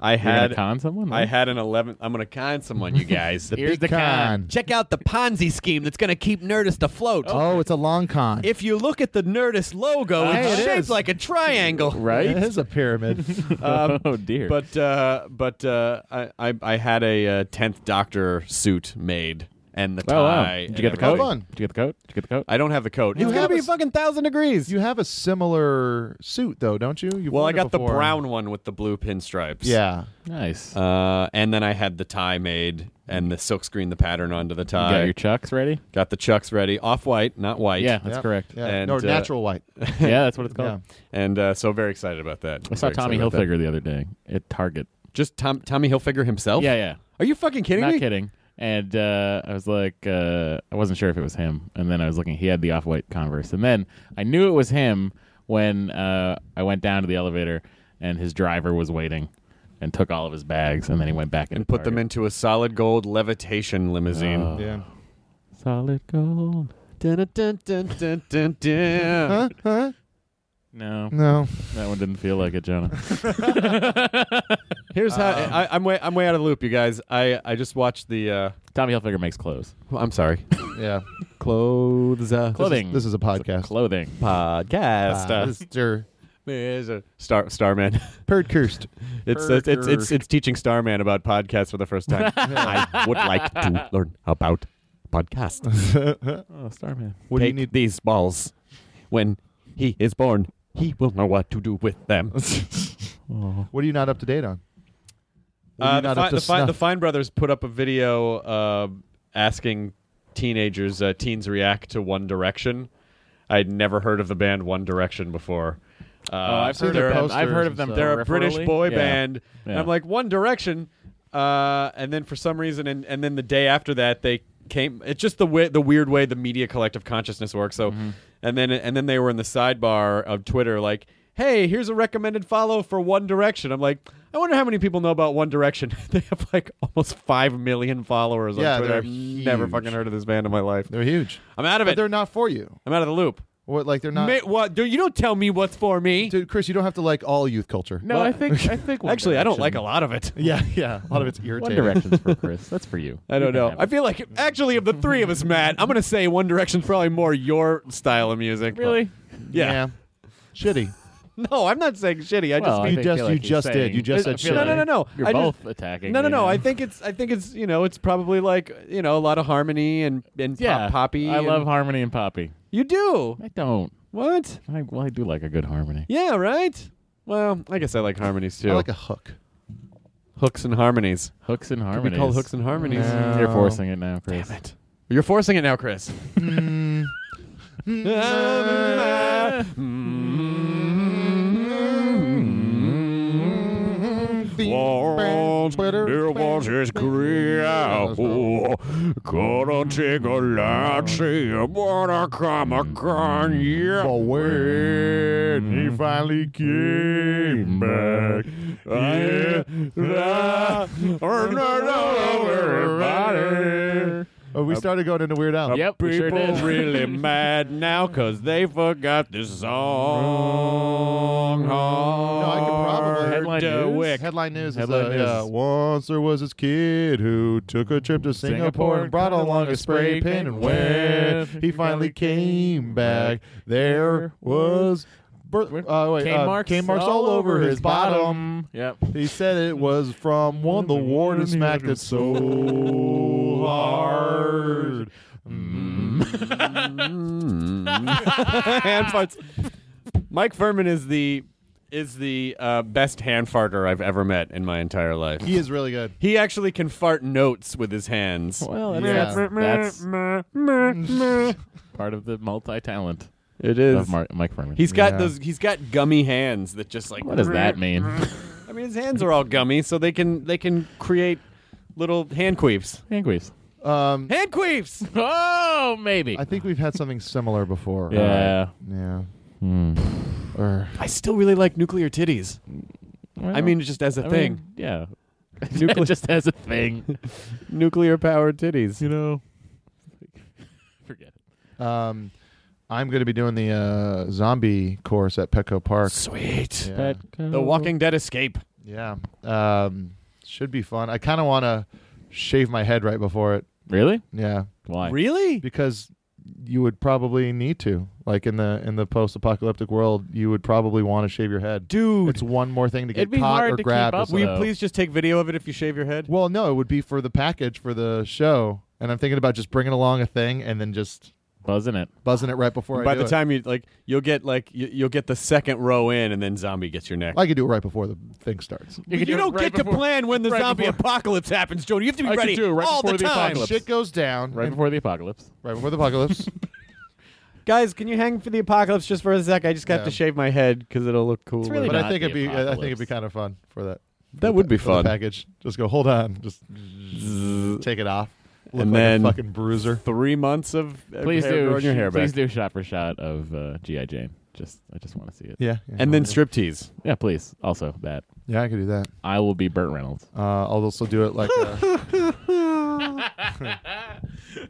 Speaker 2: I had.
Speaker 5: con someone?
Speaker 2: I had an 11. I'm gonna con someone, you guys.
Speaker 5: Here's the con.
Speaker 2: Check out the Ponzi scheme that's gonna keep Nerdist afloat.
Speaker 6: Oh, it's a long con.
Speaker 2: If you look at the Nerdist logo,
Speaker 6: Hey,
Speaker 2: it's
Speaker 6: it
Speaker 2: shaped
Speaker 6: is.
Speaker 2: like a triangle.
Speaker 5: Right?
Speaker 6: It is a pyramid.
Speaker 5: oh dear.
Speaker 2: But uh, but uh, I, I I had a uh, tenth Doctor suit made and the tie.
Speaker 5: oh, wow. Did
Speaker 2: and
Speaker 5: you get the
Speaker 2: everything.
Speaker 5: coat?
Speaker 6: Have fun.
Speaker 5: Did you get the coat? Did you get the coat?
Speaker 2: I don't have the coat.
Speaker 6: You
Speaker 2: it's gonna
Speaker 6: have a
Speaker 2: be
Speaker 6: s-
Speaker 2: fucking thousand degrees.
Speaker 6: you have a similar suit though, don't you? You've
Speaker 2: well, I
Speaker 6: worn it
Speaker 2: got the
Speaker 6: before.
Speaker 2: brown one with the blue pinstripes.
Speaker 6: Yeah.
Speaker 5: nice.
Speaker 2: Uh, and then I had the tie made and the silkscreen, the pattern onto the
Speaker 5: you
Speaker 2: tie.
Speaker 5: got your chucks ready?
Speaker 2: Got the chucks ready, off white, not white.
Speaker 5: Yeah, that's
Speaker 6: Yep.
Speaker 5: correct. Yeah,
Speaker 6: Yeah.
Speaker 2: And,
Speaker 6: no,
Speaker 2: uh,
Speaker 6: natural white.
Speaker 5: that's what it's
Speaker 6: Yeah.
Speaker 5: called.
Speaker 2: And uh, so very excited about that.
Speaker 5: I saw Tommy
Speaker 2: Hilfiger.
Speaker 5: Hilfiger the other day at Target.
Speaker 2: Just Tom, Tommy Hilfiger himself.
Speaker 5: Yeah, yeah.
Speaker 2: Are you fucking kidding
Speaker 5: Not
Speaker 2: me?
Speaker 5: kidding. And uh, I was like, uh, I wasn't sure if it was him. And then I was looking, he had the off white Converse. And then I knew it was him when uh, I went down to the elevator and his driver was waiting and took all of his bags. And then he went back
Speaker 2: And put them into a solid gold levitation limousine.
Speaker 5: Oh.
Speaker 6: Yeah.
Speaker 5: Solid gold.
Speaker 2: Dun, dun, dun, dun, dun, dun.
Speaker 6: Huh? Huh?
Speaker 5: No,
Speaker 6: No.
Speaker 5: that one didn't feel like it, Jonah.
Speaker 2: Here's how
Speaker 6: Um,
Speaker 2: I, I'm way I'm way out of the loop, you guys. I, I just watched the. Uh,
Speaker 5: Tommy Hilfiger makes clothes.
Speaker 2: I'm sorry.
Speaker 6: Yeah.
Speaker 2: Clothes. Uh,
Speaker 5: Clothing.
Speaker 6: This is a podcast.
Speaker 5: Clothing.
Speaker 2: podcast.
Speaker 6: Uh, this is your
Speaker 2: There's a star Starman.
Speaker 6: Perdcurst.
Speaker 2: It's it's, it's it's it's teaching Starman about podcasts for the first time. I would like to learn about podcasts.
Speaker 5: Oh, Starman.
Speaker 6: What do you
Speaker 2: Take
Speaker 6: need?
Speaker 2: these balls when he is born. He will know what to do with them.
Speaker 6: What are
Speaker 5: Oh.
Speaker 6: you not up to date on? What are
Speaker 2: Uh,
Speaker 6: you
Speaker 2: the,
Speaker 6: not
Speaker 2: Fine,
Speaker 6: up to
Speaker 2: the, Fine, the
Speaker 6: snuff?
Speaker 2: Fine Brothers put up a video uh, asking teenagers, uh, teens react to One Direction. I'd never heard of the band One Direction before. Uh,
Speaker 6: seen Oh, heard their of them. posters
Speaker 5: I've heard of
Speaker 6: and
Speaker 5: them.
Speaker 6: stuff.
Speaker 2: They're a British
Speaker 5: peripherally.
Speaker 2: boy
Speaker 5: Yeah.
Speaker 2: band. And
Speaker 5: Yeah.
Speaker 2: I'm like One Direction, uh, and then for some reason, and, and then the day after that, they came. It's just the way, the weird way the media collective consciousness works. So,
Speaker 5: Mm-hmm.
Speaker 2: and then and then they were in the sidebar of Twitter, like, "Hey, here's a recommended follow for One Direction." I'm like, I wonder how many people know about One Direction. they have like almost five million followers
Speaker 6: Yeah,
Speaker 2: on Twitter.
Speaker 6: they're
Speaker 2: I've never
Speaker 6: huge.
Speaker 2: fucking heard of this band in my life.
Speaker 6: They're huge.
Speaker 2: I'm out of
Speaker 6: But
Speaker 2: it.
Speaker 6: they're not for you.
Speaker 2: I'm out of the loop.
Speaker 6: What like they're not
Speaker 2: Ma- what? Dude, you don't tell me what's for me.
Speaker 6: Dude, Chris, you don't have to like all youth culture.
Speaker 5: No, I think I think One
Speaker 2: Actually, I don't like a
Speaker 5: Direction-
Speaker 2: lot of it.
Speaker 6: Yeah, yeah. A lot of it's
Speaker 5: One
Speaker 6: irritating.
Speaker 5: Direction's for Chris. That's for you.
Speaker 2: I don't know. I
Speaker 5: I
Speaker 2: feel like actually of the three of us, Matt, I'm gonna say One Direction's probably more your style of music.
Speaker 5: really.
Speaker 2: Yeah.
Speaker 6: Shitty.
Speaker 2: No, I'm not saying shitty. I
Speaker 5: Well,
Speaker 2: just
Speaker 5: I
Speaker 6: you
Speaker 5: think-
Speaker 6: just-
Speaker 5: feel like
Speaker 6: you
Speaker 5: he's
Speaker 6: just did.
Speaker 5: saying-
Speaker 6: You just
Speaker 5: I
Speaker 6: said
Speaker 5: feel
Speaker 6: shit.
Speaker 2: no, no, no, no.
Speaker 5: You're
Speaker 2: I just-
Speaker 5: both attacking.
Speaker 2: no, no,
Speaker 5: you
Speaker 2: no.
Speaker 5: know?
Speaker 2: I think it's I think it's you know it's probably like you know a lot of harmony and and
Speaker 5: yeah,
Speaker 2: pop, poppy.
Speaker 5: I
Speaker 2: and-
Speaker 5: love harmony and poppy.
Speaker 2: you do
Speaker 5: I don't.
Speaker 2: what?
Speaker 5: I, well, I do like a good harmony.
Speaker 2: Yeah, right. Well, I guess I like harmonies too.
Speaker 6: I like a hook.
Speaker 2: hooks and harmonies.
Speaker 5: Hooks and
Speaker 2: Could be
Speaker 5: harmonies.
Speaker 2: called hooks and harmonies.
Speaker 6: No.
Speaker 5: You're forcing it now, Chris.
Speaker 2: Damn it! You're forcing it now, Chris.
Speaker 5: Mm.
Speaker 6: Once there was his career, oh,
Speaker 2: gonna take a lot, see what I come across, yeah.
Speaker 6: But when he finally came back, Mm. yeah, that- Oh, we started going into Weird Al.
Speaker 5: Yep, we sure
Speaker 2: People
Speaker 5: did.
Speaker 2: really mad now because they forgot this song.
Speaker 6: No, I could probably
Speaker 5: Headline
Speaker 2: to
Speaker 5: news?
Speaker 2: wick.
Speaker 6: Headline news
Speaker 5: Headline
Speaker 6: is uh,
Speaker 5: news
Speaker 6: yeah,
Speaker 5: is-
Speaker 6: once there was this kid who took a trip to Singapore,
Speaker 5: Singapore
Speaker 6: and brought along a spray paint and when he finally came back, there was birth, uh, wait,
Speaker 5: cane
Speaker 6: uh,
Speaker 5: marks,
Speaker 6: cane marks all over his bottom.
Speaker 5: Yep.
Speaker 6: He said it was from one the war that smacked it so hard.
Speaker 2: hand farts. Mike Furman is the is the uh, best hand farter I've ever met in my entire life.
Speaker 6: He is really good.
Speaker 2: He actually can fart notes with his hands.
Speaker 5: Well,
Speaker 6: Yeah.
Speaker 5: that's, that's, that's part of the multi-talent
Speaker 2: It
Speaker 5: of Mar- Mike Furman.
Speaker 2: He's got
Speaker 6: Yeah.
Speaker 2: those. He's got gummy hands that just like.
Speaker 5: what does that mean?
Speaker 2: I mean, his hands are all gummy, so they can they can create little hand queefs.
Speaker 5: Angries.
Speaker 6: Um,
Speaker 2: Hand queefs.
Speaker 5: Oh, maybe.
Speaker 6: I think we've had something similar before.
Speaker 5: yeah.
Speaker 6: Yeah. Hmm. Or
Speaker 2: I still really like nuclear titties. I
Speaker 5: Well,
Speaker 2: mean, just as a
Speaker 5: I
Speaker 2: thing,
Speaker 5: mean, yeah.
Speaker 2: Nuclear-
Speaker 5: just has a thing.
Speaker 2: nuclear powered titties.
Speaker 5: you know. Forget it.
Speaker 6: um, I'm going to be doing the uh, zombie course at Petco Park.
Speaker 2: Sweet.
Speaker 6: Yeah.
Speaker 2: The Walking Dead escape.
Speaker 6: Yeah. Um, should be fun. I kind of want to shave my head right before it.
Speaker 5: Really?
Speaker 6: Yeah,
Speaker 5: Why?
Speaker 2: Really?
Speaker 6: because you would probably need to. Like in the in the post-apocalyptic world, you would probably want to shave your head.
Speaker 2: Dude, Uh,
Speaker 6: It's one more thing to get
Speaker 5: It'd be
Speaker 6: caught
Speaker 5: hard to
Speaker 6: or
Speaker 5: keep
Speaker 6: grabbed.
Speaker 5: up
Speaker 6: It's
Speaker 2: will
Speaker 6: like-
Speaker 2: you
Speaker 5: So-
Speaker 2: please just take video of it if you shave your head?
Speaker 6: well, no, it would be for the package for the show, and I'm thinking about just bringing along a thing and then just
Speaker 5: Buzzing it.
Speaker 6: buzzing it right before. I
Speaker 2: By
Speaker 6: do
Speaker 2: the
Speaker 6: it.
Speaker 2: time you like, you'll get like you, you'll get the second row in, and then zombie gets your neck.
Speaker 6: I could do it right before the thing starts.
Speaker 5: You,
Speaker 2: don't get to plan when the
Speaker 5: right
Speaker 2: zombie
Speaker 5: before-
Speaker 2: apocalypse happens, Jody. You have to be
Speaker 5: I could
Speaker 2: ready
Speaker 5: do it right
Speaker 2: all
Speaker 5: before
Speaker 2: the
Speaker 5: the
Speaker 2: time.
Speaker 5: apocalypse.
Speaker 6: Shit goes down
Speaker 5: right
Speaker 6: and-
Speaker 5: before the apocalypse.
Speaker 6: right before the apocalypse.
Speaker 2: Guys, can you hang for the apocalypse just for a sec? I just have
Speaker 6: Yeah.
Speaker 2: to shave my head because it'll look cool.
Speaker 5: really
Speaker 6: but
Speaker 5: not
Speaker 6: I think
Speaker 5: the
Speaker 6: it'd be I think it'd be
Speaker 5: apocalypse.
Speaker 6: kind of fun for that.
Speaker 2: that would be
Speaker 6: for the
Speaker 2: fun.
Speaker 6: package. Just go. Hold on. Just take it off. Look
Speaker 2: And
Speaker 6: like
Speaker 2: then-
Speaker 6: a fucking bruiser.
Speaker 2: Three months of uh,
Speaker 5: Please
Speaker 2: hair
Speaker 5: do.
Speaker 2: growing your hair
Speaker 5: please
Speaker 2: back,
Speaker 5: do shot for shot of uh, GI Jane. Just I just want to see it.
Speaker 6: Yeah. yeah.
Speaker 2: and then striptease.
Speaker 5: Yeah, please. Also that
Speaker 6: yeah, I could do that.
Speaker 5: I will be Burt Reynolds.
Speaker 6: Uh, I'll also do it like a,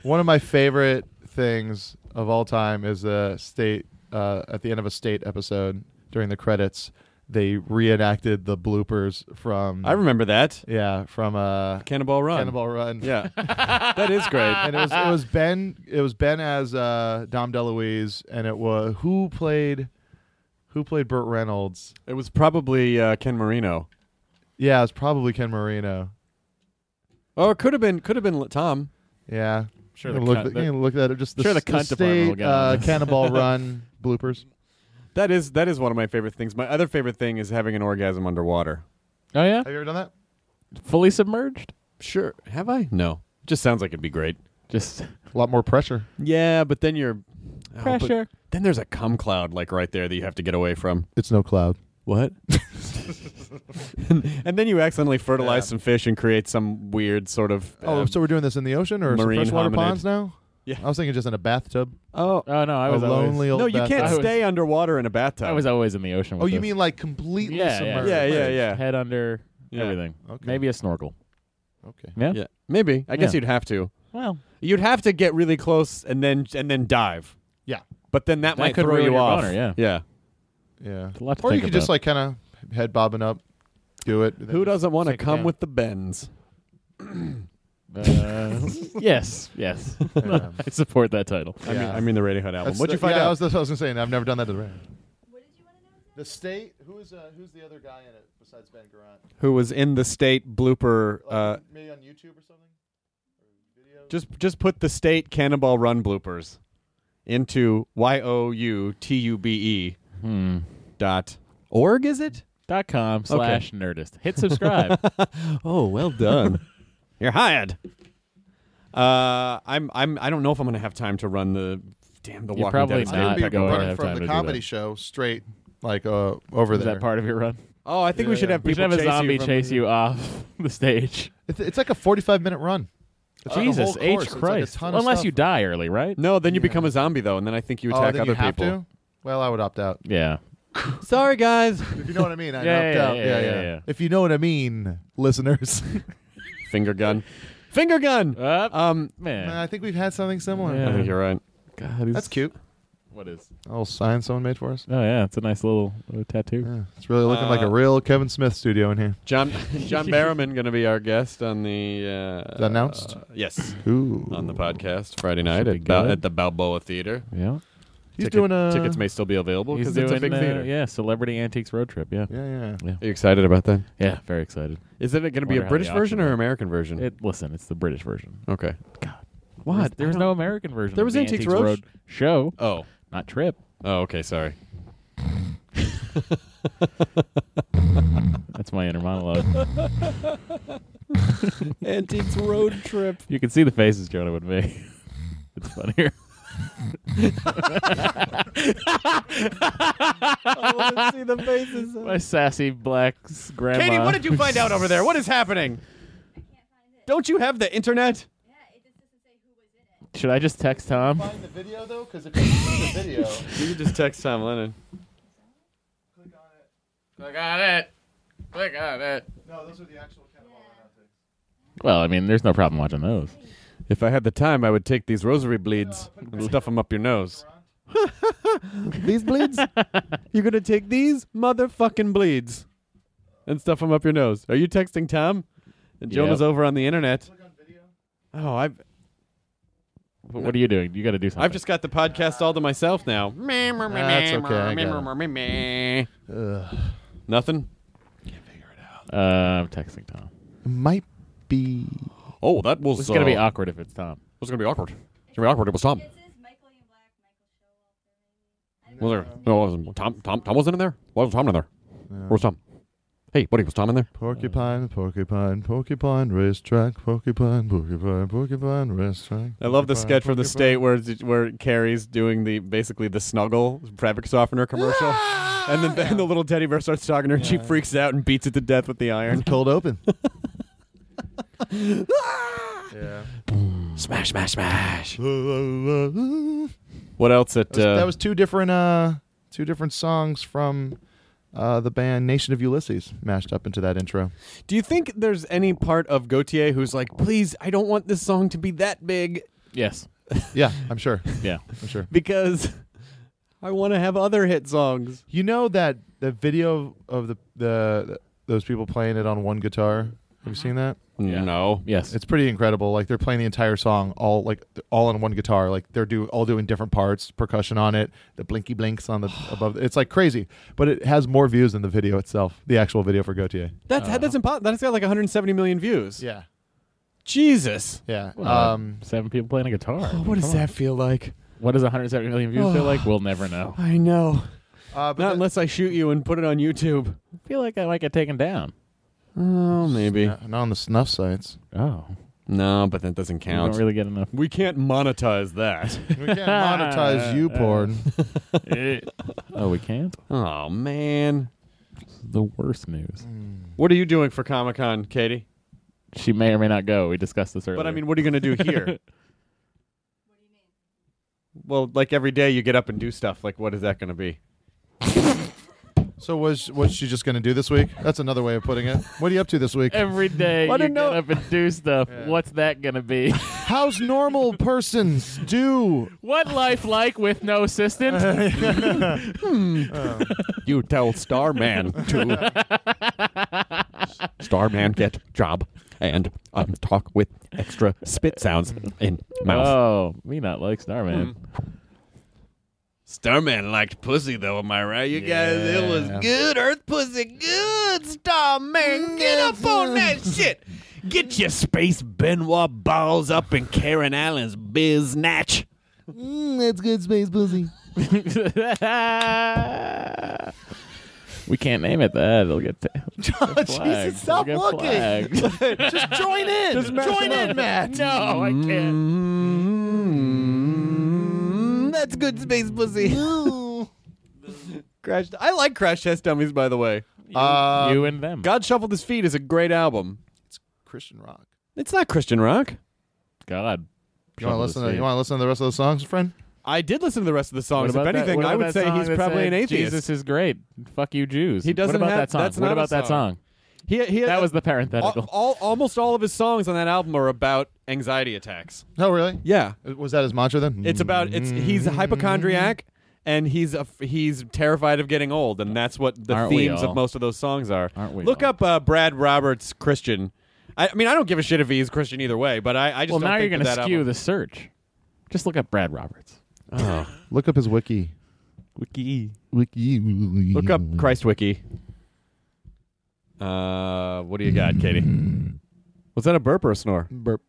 Speaker 6: one of my favorite things of all time is a state uh, at the end of a state episode during the credits. They reenacted the bloopers from
Speaker 2: I remember that
Speaker 6: yeah from uh,
Speaker 2: Cannonball Run.
Speaker 6: Mm. Cannonball Run.
Speaker 2: Yeah, that is great.
Speaker 6: and it was it was Ben it was Ben as uh, Dom DeLuise, and it was who played who played Burt Reynolds.
Speaker 2: It was probably uh, Ken Marino,
Speaker 6: Yeah, it was probably Ken Marino.
Speaker 2: or Oh, it could have been could have been Tom.
Speaker 6: Yeah,
Speaker 5: Sure,
Speaker 6: You
Speaker 5: the
Speaker 6: can look,
Speaker 5: cunt-
Speaker 6: you can look that up. Just the,
Speaker 5: sure the
Speaker 6: s-
Speaker 5: cunt department will
Speaker 6: state
Speaker 5: get on
Speaker 6: uh,
Speaker 5: this.
Speaker 6: Cannonball Run bloopers.
Speaker 2: That is that is one of my favorite things. My other favorite thing is having an orgasm underwater.
Speaker 5: Oh yeah,
Speaker 6: Have you ever done that?
Speaker 5: fully submerged.
Speaker 2: Sure, have I? No, just sounds like it'd be great.
Speaker 5: Just
Speaker 6: A lot more pressure.
Speaker 2: Yeah, but then you're oh, but
Speaker 5: Pressure.
Speaker 2: then there's a cum cloud like right there that you have to get away from.
Speaker 6: It's no cloud.
Speaker 2: What? and, then you accidentally fertilize
Speaker 6: Yeah.
Speaker 2: some fish and create some weird sort of.
Speaker 6: Oh,
Speaker 2: uh,
Speaker 6: so we're doing this in the ocean or some
Speaker 2: marine
Speaker 6: freshwater
Speaker 2: hominid.
Speaker 6: ponds now?
Speaker 2: Yeah.
Speaker 6: I was thinking just in a bathtub.
Speaker 2: oh
Speaker 5: oh no, I was
Speaker 6: a
Speaker 5: always,
Speaker 6: lonely old
Speaker 2: no, you
Speaker 6: bathtub.
Speaker 2: can't
Speaker 5: I was-
Speaker 2: stay underwater in a bathtub.
Speaker 5: I was always in the ocean. With
Speaker 6: Oh, you
Speaker 5: this.
Speaker 6: mean like completely
Speaker 5: Yeah, yeah.
Speaker 6: submerged?
Speaker 2: yeah, yeah, yeah,
Speaker 5: head under
Speaker 2: Yeah.
Speaker 5: everything?
Speaker 6: Okay.
Speaker 5: Maybe a snorkel.
Speaker 6: Okay.
Speaker 5: Yeah.
Speaker 2: yeah. Maybe. I guess
Speaker 5: Yeah.
Speaker 2: you'd have to.
Speaker 5: Well,
Speaker 2: You'd have to get really close and then and then dive.
Speaker 6: Yeah.
Speaker 2: But then that,
Speaker 5: That
Speaker 2: might
Speaker 5: could
Speaker 2: throw
Speaker 5: ruin
Speaker 2: you
Speaker 5: your
Speaker 2: off.
Speaker 5: boner, yeah.
Speaker 2: Yeah.
Speaker 6: Yeah.
Speaker 5: a lot to
Speaker 6: Or you
Speaker 5: think
Speaker 6: could just
Speaker 5: about.
Speaker 6: like kind of head bobbing up, do it.
Speaker 2: Who doesn't want to
Speaker 6: Sick,
Speaker 2: come
Speaker 6: yeah.
Speaker 2: with the bends?
Speaker 5: Uh, yes, yes.
Speaker 6: Yeah.
Speaker 5: I support that title.
Speaker 2: I mean,
Speaker 6: Yeah.
Speaker 2: I mean the Radiohead album.
Speaker 6: That's
Speaker 2: What'd
Speaker 6: the-
Speaker 2: you find
Speaker 6: yeah,
Speaker 2: out?
Speaker 6: I was, that's what I was gonna say. and I've never done that to the band. The state. Who is uh, who's the other guy in it besides Van Garant?
Speaker 2: Who was in the state blooper? Uh,
Speaker 6: maybe on YouTube or something.
Speaker 2: just just put the state Cannonball Run bloopers into y o u t u b e
Speaker 5: Hmm.
Speaker 2: dot org. Is it?
Speaker 5: Dot com slash nerdist. Hit subscribe.
Speaker 2: Oh, well done. You're hired. Uh, I'm I'm I don't know if I'm gonna have time to run the damn the
Speaker 5: You're
Speaker 2: Walking
Speaker 5: probably
Speaker 2: Dead. is
Speaker 5: not.
Speaker 6: I
Speaker 2: gonna
Speaker 6: would be
Speaker 2: pack over.
Speaker 5: going to
Speaker 6: running
Speaker 5: have time
Speaker 6: from
Speaker 5: to
Speaker 6: the
Speaker 5: do
Speaker 6: comedy
Speaker 5: that.
Speaker 6: show straight like uh, over
Speaker 5: Is
Speaker 6: there.
Speaker 5: that part of your run?
Speaker 2: Oh, I think we
Speaker 6: Yeah,
Speaker 2: should
Speaker 6: yeah.
Speaker 2: have people
Speaker 5: We should have a
Speaker 2: chase
Speaker 5: zombie
Speaker 2: you from-
Speaker 5: chase you off the stage.
Speaker 6: It's, it's like a forty-five minute run. It's like a
Speaker 5: Jesus
Speaker 6: whole course.
Speaker 5: H
Speaker 6: It's like a
Speaker 5: Christ!
Speaker 6: ton of
Speaker 5: Unless
Speaker 6: stuff.
Speaker 5: you die early, right?
Speaker 2: No, then you become a zombie though, and then I think you
Speaker 6: oh,
Speaker 2: attack
Speaker 6: then
Speaker 2: other
Speaker 6: you have
Speaker 2: people.
Speaker 6: to. Well, I would opt out.
Speaker 5: Yeah.
Speaker 2: Sorry, guys.
Speaker 6: If you know what I mean, I
Speaker 5: Yeah,
Speaker 6: opt
Speaker 5: yeah,
Speaker 6: out.
Speaker 5: yeah,
Speaker 6: yeah,
Speaker 5: yeah, yeah.
Speaker 6: If you know what I mean, listeners.
Speaker 2: Finger gun. Finger gun.
Speaker 5: Uh,
Speaker 2: Um,
Speaker 5: man.
Speaker 6: I think we've had something similar.
Speaker 5: Yeah.
Speaker 2: I think you're right.
Speaker 6: That's cute.
Speaker 5: What is?
Speaker 6: Oh, sign someone made for us.
Speaker 5: Oh yeah, it's a nice little, little tattoo.
Speaker 6: Yeah, it's really looking like
Speaker 2: Uh,
Speaker 6: a real Kevin Smith studio in here.
Speaker 2: John John Barrowman going to be our guest on the uh,
Speaker 6: Is that announced?
Speaker 2: uh, yes,
Speaker 6: Ooh,
Speaker 2: on the podcast Friday night
Speaker 5: Should be
Speaker 2: at, Bal-
Speaker 5: good.
Speaker 2: at the Balboa Theater.
Speaker 5: Yeah.
Speaker 6: he's
Speaker 2: Ticket-
Speaker 6: doing uh, a
Speaker 2: tickets may still be available
Speaker 5: He's
Speaker 2: because
Speaker 5: doing
Speaker 2: it's a big
Speaker 5: uh,
Speaker 2: theater.
Speaker 5: yeah, celebrity antiques road trip. Yeah.
Speaker 6: Yeah, yeah.
Speaker 2: Are you excited about that?
Speaker 5: Yeah. Very excited.
Speaker 2: Is it going to be
Speaker 5: Wonder
Speaker 2: a
Speaker 5: how
Speaker 2: British
Speaker 5: they option
Speaker 2: version or
Speaker 5: that.
Speaker 2: American version?
Speaker 5: It listen, it's the British version.
Speaker 2: okay.
Speaker 5: God.
Speaker 2: What?
Speaker 5: There was
Speaker 2: I
Speaker 5: no
Speaker 2: don't-
Speaker 5: American version.
Speaker 2: There
Speaker 5: of
Speaker 2: was
Speaker 5: the
Speaker 2: Antiques
Speaker 5: Antiques
Speaker 2: Road-
Speaker 5: Road, show,
Speaker 2: Oh.
Speaker 5: not trip.
Speaker 2: Oh. Okay. Sorry.
Speaker 5: That's my inner monologue.
Speaker 2: Antiques road trip.
Speaker 5: you can see the faces Jonah would make. it's funnier.
Speaker 2: see the faces.
Speaker 5: my sassy black s- grandma.
Speaker 2: Katie, what did you find out over there? What is happening? Don't you have the internet?
Speaker 5: Should I just text Tom?
Speaker 6: Find the video though, because if you see the video,
Speaker 2: You can just text Tom Lennon.
Speaker 5: Click on it. Click on it.
Speaker 6: no, those are the actual catalog.
Speaker 5: Well, I mean, there's no problem watching those.
Speaker 2: If I had the time, I would take these rosary bleeds and stuff them up your nose. these bleeds? You're going to take these motherfucking bleeds and stuff them up your nose. Are you texting Tom? And Jonah's
Speaker 5: Yep.
Speaker 2: over on the internet. Oh, I've
Speaker 5: But what are you doing? You got to do something.
Speaker 2: I've just got the podcast all to myself now.
Speaker 6: That's okay. I got
Speaker 2: Nothing.
Speaker 5: Uh, I'm texting Tom.
Speaker 6: it. Might be.
Speaker 2: Oh, that was
Speaker 5: This is gonna be awkward if it's Tom.
Speaker 2: was gonna be awkward. It's gonna be awkward. It was Tom. Was there? No, it wasn't. Tom. Tom. Tom wasn't in there. Why was Tom in there? Where was Tom? Hey, buddy, was Tom in there?
Speaker 6: Porcupine, porcupine, porcupine, racetrack, porcupine, porcupine, porcupine, racetrack.
Speaker 2: I love the
Speaker 6: porcupine,
Speaker 2: sketch from the
Speaker 6: porcupine.
Speaker 2: state where it's- where Carrie's doing the basically the snuggle fabric softener commercial, and then and the little teddy bear starts talking to her, and she freaks out and beats it to death with the iron.
Speaker 6: Cold open. yeah.
Speaker 2: Smash, smash, smash.
Speaker 6: That
Speaker 2: What else? At
Speaker 6: was,
Speaker 2: uh,
Speaker 6: that was two different uh two different songs from uh the band Nation of Ulysses mashed up into that intro.
Speaker 2: do you think there's any part of Gautier who's like, please, I don't want this song to be that big
Speaker 5: Yes.
Speaker 6: Yeah, I'm sure.
Speaker 5: Yeah.
Speaker 6: I'm sure.
Speaker 2: because I want to have other hit songs.
Speaker 6: You know that the video of the the those people playing it on one guitar. Have you seen that?
Speaker 5: Yeah.
Speaker 2: No.
Speaker 5: Yes.
Speaker 6: It's pretty incredible. Like they're playing the entire song all like all on one guitar. Like they're do all doing different parts, percussion on it, the blinky blinks on the above. It's like crazy, but it has more views than the video itself. The actual video for Gautier.
Speaker 2: That's that's impossible. That's got like 170 million views.
Speaker 6: Yeah,
Speaker 2: Jesus.
Speaker 6: yeah.
Speaker 5: Well,
Speaker 6: um,
Speaker 5: seven people playing a guitar.
Speaker 2: What does Oh, that feel like?
Speaker 5: What does 170 million views feel like? We'll never know.
Speaker 2: I know.
Speaker 6: Uh,
Speaker 2: Not
Speaker 6: but that-
Speaker 2: unless I shoot you and put it on YouTube.
Speaker 5: I feel like I might get taken down.
Speaker 2: Oh, maybe.
Speaker 6: Uh, not on the snuff sites.
Speaker 5: Oh,
Speaker 2: No, but that doesn't
Speaker 5: I
Speaker 2: count.
Speaker 5: don't really get enough.
Speaker 2: we can't monetize that.
Speaker 6: We can't monetize you porn.
Speaker 5: oh, we can't.
Speaker 2: oh man,
Speaker 5: The worst news.
Speaker 6: Mm.
Speaker 2: what are you doing for Comic Con, Katie?
Speaker 5: She may or may not go. We discussed this earlier.
Speaker 2: But I mean, what are you going to do here? Well, like every day you get up and do stuff. Like, what is that going to be?
Speaker 6: So was was she just going to do this week? That's another way of putting it. What are you up to this week?
Speaker 5: every day
Speaker 2: Well,
Speaker 5: you
Speaker 2: I didn't
Speaker 5: get
Speaker 2: know-
Speaker 5: up and do stuff. What's that gonna be?
Speaker 6: How's normal persons do?
Speaker 5: what life like with no assistant?
Speaker 2: You tell Starman to Starman get job and um, talk with extra spit sounds in
Speaker 5: oh, me not like Starman.
Speaker 2: Starman liked pussy though, am I right? You guys, it was good. Earth pussy, good. Starman, get up on that shit. Get your space Benoit balls up in Karen Allen's biz natch.
Speaker 6: that's good space pussy.
Speaker 2: Mm-hmm.
Speaker 5: we can't name it that. It'll get. ta- flagged.
Speaker 6: Jesus, stop
Speaker 5: It'll get
Speaker 6: looking.
Speaker 5: flagged.
Speaker 6: Just join in. join in, Matt.
Speaker 5: no, I
Speaker 2: Mm-hmm.
Speaker 5: can't.
Speaker 2: that's good space pussy. Crash. I like Crash Test Dummies, by the way.
Speaker 6: Uh,
Speaker 5: you and them.
Speaker 2: God Shuffled His Feet is a great album.
Speaker 6: Christian rock.
Speaker 2: It's not Christian rock.
Speaker 5: God.
Speaker 6: You want to
Speaker 5: Shuffle
Speaker 6: listen?
Speaker 5: this
Speaker 6: To, you
Speaker 5: feed.
Speaker 6: want to listen to the rest of those songs, friend?
Speaker 2: I did listen to the rest of the songs.
Speaker 5: What
Speaker 2: If
Speaker 5: about that-
Speaker 2: anything,
Speaker 5: what
Speaker 2: I
Speaker 5: about
Speaker 2: would
Speaker 5: that
Speaker 2: say
Speaker 5: song
Speaker 2: he's
Speaker 5: that
Speaker 2: probably
Speaker 5: said,
Speaker 2: an atheist.
Speaker 5: Jesus is great. Fuck you, Jews.
Speaker 2: He doesn't
Speaker 5: What about
Speaker 2: have-
Speaker 5: that song?
Speaker 2: that's
Speaker 5: what
Speaker 2: not a
Speaker 5: about that
Speaker 2: song.
Speaker 5: song?
Speaker 2: He- he-
Speaker 5: That was the
Speaker 2: all,
Speaker 5: parenthetical.
Speaker 2: all- almost all of his songs on that album are about anxiety attacks.
Speaker 6: No, really.
Speaker 2: Yeah,
Speaker 6: Was that his mantra then?
Speaker 2: it's about it's he's a hypochondriac
Speaker 5: Mm-hmm.
Speaker 2: and he's a, he's terrified of getting old, and that's what the
Speaker 5: Aren't we
Speaker 2: themes
Speaker 5: all?
Speaker 2: of most of those songs are.
Speaker 5: Aren't we
Speaker 2: Look
Speaker 5: all?
Speaker 2: up uh, Brad Roberts Christian. I, I mean, I don't give a shit if he's Christian either way, but I, I just
Speaker 5: well,
Speaker 2: don't
Speaker 5: now you're
Speaker 2: think
Speaker 5: going to
Speaker 2: that that
Speaker 5: skew
Speaker 2: album-
Speaker 5: the search. Just look up Brad Roberts.
Speaker 6: Mm-hmm. Look up his wiki.
Speaker 5: Wiki.
Speaker 6: Wiki.
Speaker 2: Look up
Speaker 6: Mm-hmm.
Speaker 2: Christ Wiki. Uh, what do you got, Katie? Was that a burp or a snore?
Speaker 6: Burp.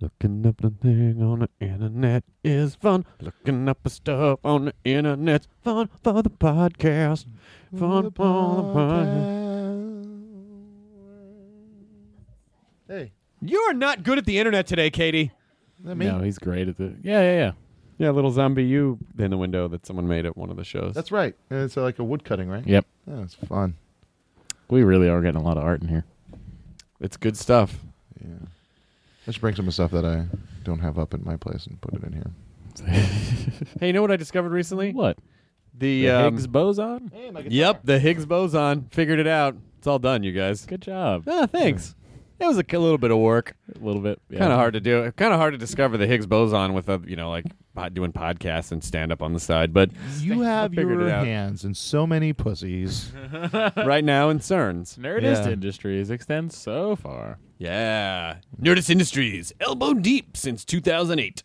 Speaker 2: Looking up the thing on the internet is fun. Looking up the stuff on the internet's fun for the podcast. Fun for the podcast.
Speaker 6: Hey,
Speaker 2: You are not good at the internet today, Katie.
Speaker 6: that me.
Speaker 5: No, he's great at the. Yeah, yeah, yeah.
Speaker 2: Yeah, little zombie you in the window that someone made at one of the shows.
Speaker 6: That's right. And It's uh, like a wood cutting, right?
Speaker 5: Yep.
Speaker 6: Yeah, it's fun.
Speaker 5: We really are getting a lot of art in here.
Speaker 2: it's good stuff.
Speaker 6: I should bring some of the stuff that I don't have up at my place and put it in here.
Speaker 2: Hey, you know what I discovered recently?
Speaker 5: What?
Speaker 2: The,
Speaker 5: The
Speaker 2: um,
Speaker 5: Higgs boson?
Speaker 2: Yep, the Higgs boson. Figured it out. It's all done, you guys.
Speaker 5: Good job.
Speaker 2: Ah, thanks. It was a k- little bit of work.
Speaker 5: A little bit. yeah.
Speaker 2: Kind of hard to do. Kind of hard to discover the Higgs boson with a you know like pod- doing podcasts and stand up on the side. But
Speaker 6: You have
Speaker 2: figured
Speaker 6: your
Speaker 2: it out.
Speaker 6: hands and so many pussies.
Speaker 2: right now in CERN's.
Speaker 5: Nerdist
Speaker 6: Yeah.
Speaker 5: Industries extends so far.
Speaker 2: Yeah, Nerdist Industries elbow deep since 2008.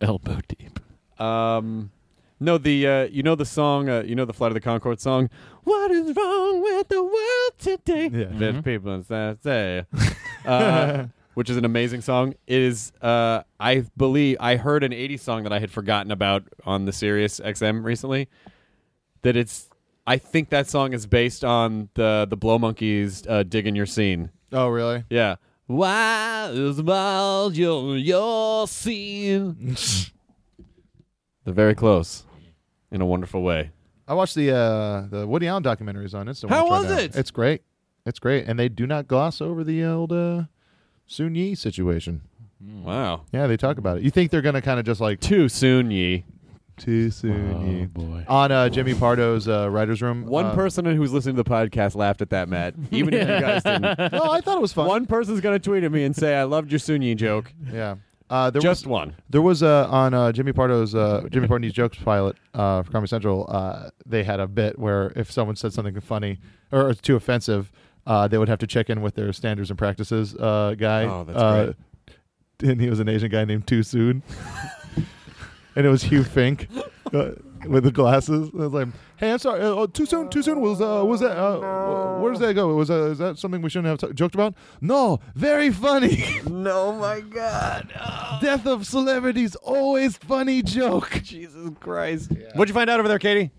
Speaker 5: Elbow deep.
Speaker 2: Um, no, the uh, you know the song, uh, you know the Flight of the Concord song. What is wrong with the world today?
Speaker 6: Yeah.
Speaker 2: That people that say, uh, which is an amazing song. It is, uh, I believe, I heard an '80s song that I had forgotten about on the Sirius XM recently. That it's, I think that song is based on the the Blow Monkeys uh, "Digging Your Scene."
Speaker 6: oh, really?
Speaker 2: Yeah. Why is about your your scene? They're very close, in a wonderful way.
Speaker 6: I watched the uh, the Woody Allen documentaries on Instagram.
Speaker 2: How
Speaker 6: right
Speaker 2: was
Speaker 6: now.
Speaker 2: it?
Speaker 6: It's great. It's great, and they do not gloss over the old uh, Sun Yi situation. Mm.
Speaker 2: Wow.
Speaker 6: Yeah, they talk about it. You think they're gonna kind of just like
Speaker 2: Too soon, ye.
Speaker 6: too soon?
Speaker 5: Oh, boy.
Speaker 6: On uh, Jimmy Pardo's uh, writers' room.
Speaker 2: One
Speaker 6: uh,
Speaker 2: person who's listening to the podcast laughed at that, Matt. Even if you guys didn't.
Speaker 6: No, I thought it was fun.
Speaker 2: One person's gonna tweet at me and say, "I loved your Sunyi joke."
Speaker 6: Yeah. Uh, there
Speaker 2: Just
Speaker 6: was,
Speaker 2: one.
Speaker 6: There was uh, on uh, Jimmy Pardo's uh, Jimmy Pardo's jokes pilot uh, for Comedy Central. Uh, they had a bit where if someone said something funny or too offensive, uh, they would have to check in with their standards and practices uh, guy.
Speaker 2: Oh, that's
Speaker 6: uh, And he was an Asian guy named Too Soon, and it was Hugh Fink. Uh, with the glasses. I was like, "Hey, I'm sorry. Uh, oh, too soon. Too soon. Was uh, was that? Uh, wh- Where does that go? Was uh, is that something we shouldn't have t- joked about? No. Very funny.
Speaker 7: No, my God. Oh,
Speaker 6: Death of celebrities always funny joke.
Speaker 2: Jesus Christ. What'd you find out over there, Katie?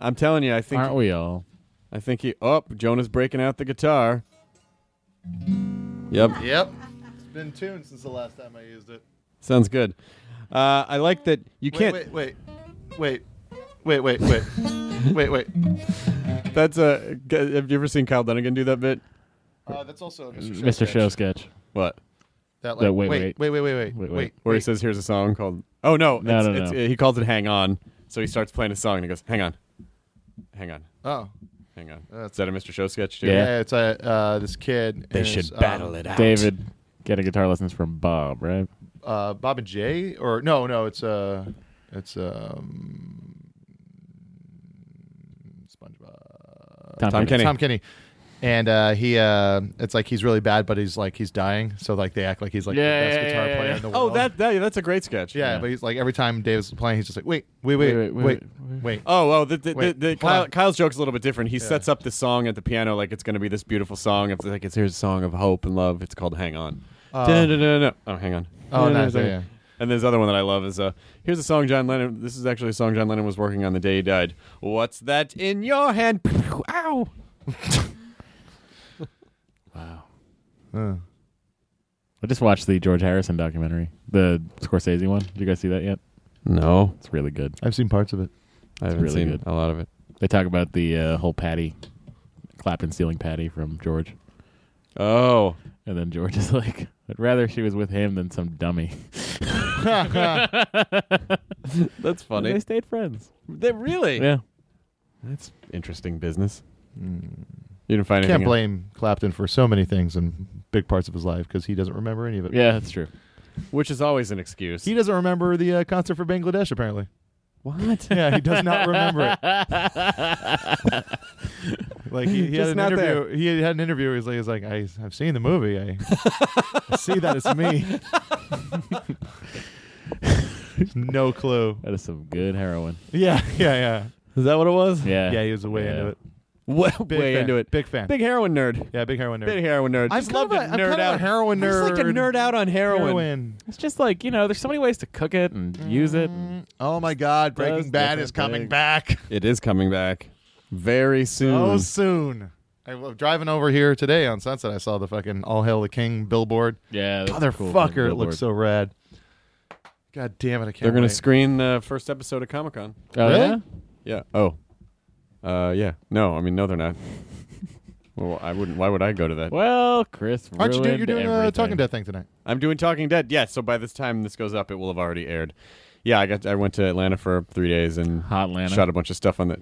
Speaker 2: I'm telling you, I think
Speaker 5: Aren't we all?
Speaker 2: I think he up. Jonah's breaking out the guitar. Yep,
Speaker 6: Yep. It's been tuned since the last time I used it.
Speaker 2: sounds good. Uh, I like that you
Speaker 6: Wait,
Speaker 2: can't.
Speaker 6: wait, wait, wait, wait, wait, wait, wait, wait.
Speaker 2: That's a. Have you ever seen Kyle Dunnigan do that bit?
Speaker 6: Uh, that's also a Mr. Show
Speaker 5: Mr.
Speaker 6: sketch.
Speaker 5: Show sketch.
Speaker 2: What?
Speaker 6: That
Speaker 5: No, wait,
Speaker 6: like, wait, wait, wait, wait, wait,
Speaker 5: Wait,
Speaker 6: wait,
Speaker 5: wait.
Speaker 2: Where he says, "Here's a song called." Oh no!
Speaker 5: No,
Speaker 2: it's-
Speaker 5: no,
Speaker 2: it's-
Speaker 5: no.
Speaker 2: he calls it "Hang On," so he starts playing a song and he goes, "Hang on, hang on,
Speaker 6: Oh,
Speaker 2: hang on."
Speaker 6: That's-
Speaker 2: Is that a Mr. Show sketch too?
Speaker 5: Yeah.
Speaker 6: yeah. It's uh, uh, this kid.
Speaker 7: they
Speaker 6: and
Speaker 7: should
Speaker 6: it's, um,
Speaker 7: battle it out.
Speaker 5: David getting guitar lessons from Bob, right?
Speaker 6: uh, Bob and Jay, or no, no, it's uh, it's um, SpongeBob.
Speaker 5: Tom
Speaker 2: Tom
Speaker 5: Kenny.
Speaker 2: Kenny.
Speaker 6: Tom Kenny. And uh, he, uh, it's like he's really bad, but he's like he's dying. So like they act like he's like
Speaker 5: Yeah,
Speaker 6: the best
Speaker 5: yeah,
Speaker 6: guitar
Speaker 5: yeah,
Speaker 6: player
Speaker 5: yeah.
Speaker 6: in the
Speaker 2: Oh,
Speaker 6: world.
Speaker 2: that, that that's a great sketch.
Speaker 6: Yeah,
Speaker 5: Yeah.
Speaker 6: but he's like every time Dave's playing, he's just like wait, wait, wait, wait, wait, wait.
Speaker 2: Oh, oh, the, the,
Speaker 6: Wait,
Speaker 2: the, the
Speaker 6: hold
Speaker 2: Kyle,
Speaker 6: on.
Speaker 2: Kyle's joke's a little bit different. He sets up the song at the piano like it's going to be this beautiful song. It's like it's here's a song of hope and love. It's called "Hang On."
Speaker 6: Uh,
Speaker 2: Dun, dun, dun, dun. Oh, hang on.
Speaker 6: Oh,
Speaker 2: Dun, dun,
Speaker 6: nice,
Speaker 2: dun.
Speaker 6: yeah, yeah.
Speaker 2: And there's other one that I love is uh, here's a song John Lennon. This is actually a song John Lennon was working on the day he died. What's that in your hand? Ow!
Speaker 6: Uh,
Speaker 5: I just watched the George Harrison documentary, the Scorsese one. Did you guys see that yet?
Speaker 2: No,
Speaker 5: It's really good.
Speaker 6: I've seen parts of it.
Speaker 2: I haven't
Speaker 5: really
Speaker 2: seen
Speaker 5: good.
Speaker 2: a lot of it.
Speaker 5: They talk about the uh, whole Patty, Clapton stealing Patty from George,
Speaker 2: Oh,
Speaker 5: and then George is like, "I'd rather she was with him than some dummy."
Speaker 2: that's
Speaker 5: And They
Speaker 2: funny.
Speaker 5: stayed friends.
Speaker 2: They, really?
Speaker 5: Yeah,
Speaker 2: That's interesting business. You didn't find anything.
Speaker 6: Can't blame Clapton for so many things and big parts of his life because he doesn't remember any of it.
Speaker 5: yeah, that's true.
Speaker 2: Which is always an excuse.
Speaker 6: He doesn't remember the uh, concert for Bangladesh, apparently.
Speaker 2: what?
Speaker 6: Yeah, he does not remember it. Like he, he had
Speaker 2: Just
Speaker 6: an
Speaker 2: not
Speaker 6: interview. He had an interview. Where he's like, he's like, I, I've seen the movie. I, I see that it's me. no clue.
Speaker 5: That is some good heroin.
Speaker 6: Yeah, yeah,
Speaker 2: Is that what it was?
Speaker 5: Yeah,
Speaker 6: yeah. Yeah, he was way into
Speaker 5: Yeah.
Speaker 6: it.
Speaker 2: Well,
Speaker 6: Big
Speaker 2: way
Speaker 6: fan.
Speaker 2: into it.
Speaker 6: Big fan.
Speaker 2: Big heroin nerd.
Speaker 6: yeah, big heroin nerd.
Speaker 2: Big heroin nerd.
Speaker 6: I'm
Speaker 2: just love
Speaker 6: kind of
Speaker 2: to
Speaker 6: a- I'm
Speaker 2: nerd
Speaker 6: kind of a
Speaker 2: out.
Speaker 6: heroin
Speaker 2: I just like to
Speaker 6: nerd.
Speaker 2: nerd out on heroin.
Speaker 6: Heroin.
Speaker 5: It's just like you know, there's so many ways to cook it and use it. And
Speaker 6: Oh my God!
Speaker 5: Does
Speaker 6: Breaking Bad
Speaker 5: look
Speaker 6: is coming
Speaker 5: big.
Speaker 6: back.
Speaker 2: It is coming back very soon.
Speaker 6: Oh, soon. I was driving over here today on Sunset. I saw the fucking All Hail the King billboard.
Speaker 5: yeah,
Speaker 6: Motherfucker, it looks so rad. God damn it! I can't.
Speaker 2: They're going
Speaker 6: wait.
Speaker 2: to screen the first episode of Comic Con.
Speaker 5: Oh,
Speaker 6: Really?
Speaker 5: yeah?
Speaker 2: Yeah. Oh. Uh, yeah. No, I mean, no, they're not. well, I wouldn't. Why would I go to that?
Speaker 5: Well, Chris,
Speaker 6: Aren't you doing? You're
Speaker 5: ruined
Speaker 6: doing a
Speaker 5: everything.
Speaker 6: Talking Dead thing tonight.
Speaker 2: I'm doing Talking Dead. Yeah. So by this time this goes up, it will have already aired. Yeah. I got. I went to Atlanta for three days and
Speaker 5: Hot Atlanta.
Speaker 2: shot a bunch of stuff on the.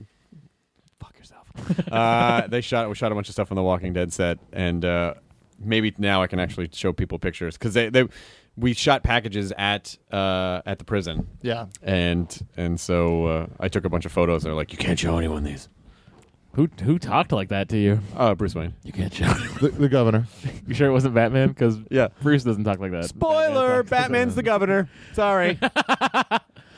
Speaker 2: Fuck yourself. uh, they shot. We shot a bunch of stuff on the Walking Dead set, and uh, maybe now I can actually show people pictures because they, they we shot packages at uh, at the prison,
Speaker 6: Yeah.
Speaker 2: and and so uh, I took a bunch of photos. and They're like, you can't show anyone these.
Speaker 5: Who who talked like that to you?
Speaker 2: Uh, Bruce Wayne.
Speaker 5: You can't show.
Speaker 6: The, the governor.
Speaker 5: you sure it wasn't Batman? Because
Speaker 2: Yeah.
Speaker 5: Bruce doesn't talk like that.
Speaker 2: Spoiler: Batman's the governor. Sorry.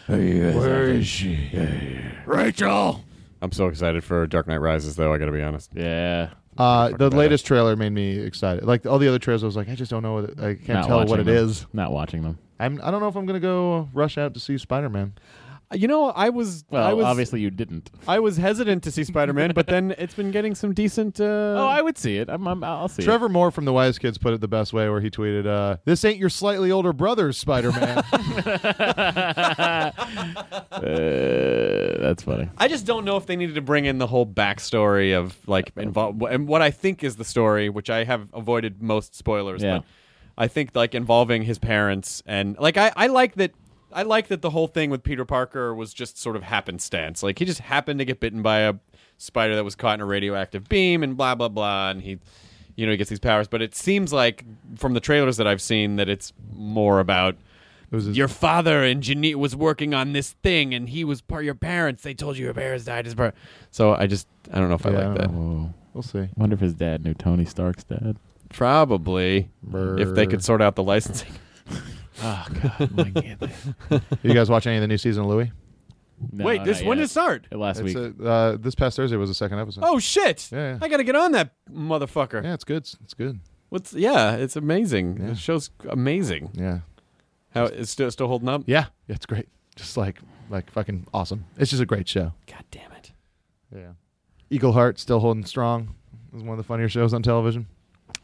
Speaker 7: Where is she?
Speaker 5: Rachel.
Speaker 2: I'm so excited for Dark Knight Rises, though. I got to be honest.
Speaker 5: Yeah.
Speaker 6: Uh, the
Speaker 2: badass.
Speaker 6: latest trailer made me excited. Like all the other trailers, I was like, I just don't know. What it, I can't
Speaker 5: Not
Speaker 6: tell what
Speaker 5: watching
Speaker 6: it
Speaker 5: them.
Speaker 6: is.
Speaker 5: Not watching them.
Speaker 6: I'm. I don't know if I'm gonna go rush out to see Spider Man.
Speaker 2: You know, I was
Speaker 5: Well,
Speaker 2: I was
Speaker 5: obviously you didn't.
Speaker 2: I was hesitant to see Spider-Man, but then it's been getting some decent. Uh,
Speaker 5: Oh, I would see it. I'm, I'm, I'll see
Speaker 6: Trevor Moore from the Wise Kids put it the best way, where he tweeted, uh, "This ain't your slightly older brother's Spider Man."
Speaker 5: it. Uh, that's funny.
Speaker 2: I just don't know if they needed to bring in the whole backstory of like involve and what I think is the story, which I have avoided most spoilers.
Speaker 5: Yeah.
Speaker 2: But I think like involving his parents and like I, I like that I like that the whole thing with Peter Parker was just sort of happenstance. Like he just happened to get bitten by a spider that was caught in a radioactive beam and blah blah blah and he you know he gets these powers but it seems like from the trailers that I've seen that it's more about
Speaker 6: It was his-
Speaker 2: your father engineer was working on this thing and he was part your parents they told you your parents died as part so i just i don't know if i
Speaker 6: Yeah, I
Speaker 2: like
Speaker 6: don't
Speaker 2: that
Speaker 6: know.
Speaker 5: Whoa.
Speaker 6: we'll see.
Speaker 5: Wonder if his dad knew Tony Stark's dad.
Speaker 2: Probably. If they could sort out the licensing.
Speaker 5: oh, God. my goodness.
Speaker 6: you guys watch any of the new season of Louis?
Speaker 5: No,
Speaker 2: Wait, this
Speaker 5: not
Speaker 2: when
Speaker 5: yet.
Speaker 2: did it start?
Speaker 5: Last
Speaker 6: It's
Speaker 5: week.
Speaker 6: a- uh, this past Thursday was the second episode.
Speaker 2: Oh shit!
Speaker 6: Yeah, yeah.
Speaker 2: I gotta get on that motherfucker.
Speaker 6: yeah, it's good. It's good.
Speaker 2: What's yeah? It's amazing.
Speaker 6: Yeah.
Speaker 2: The show's amazing.
Speaker 6: Yeah,
Speaker 2: How it's still still holding up?
Speaker 6: yeah, yeah, it's great. Just like like fucking awesome. It's just a great show.
Speaker 2: God damn it!
Speaker 6: Yeah, Eagle Heart still holding strong. It was one of the funnier shows on television.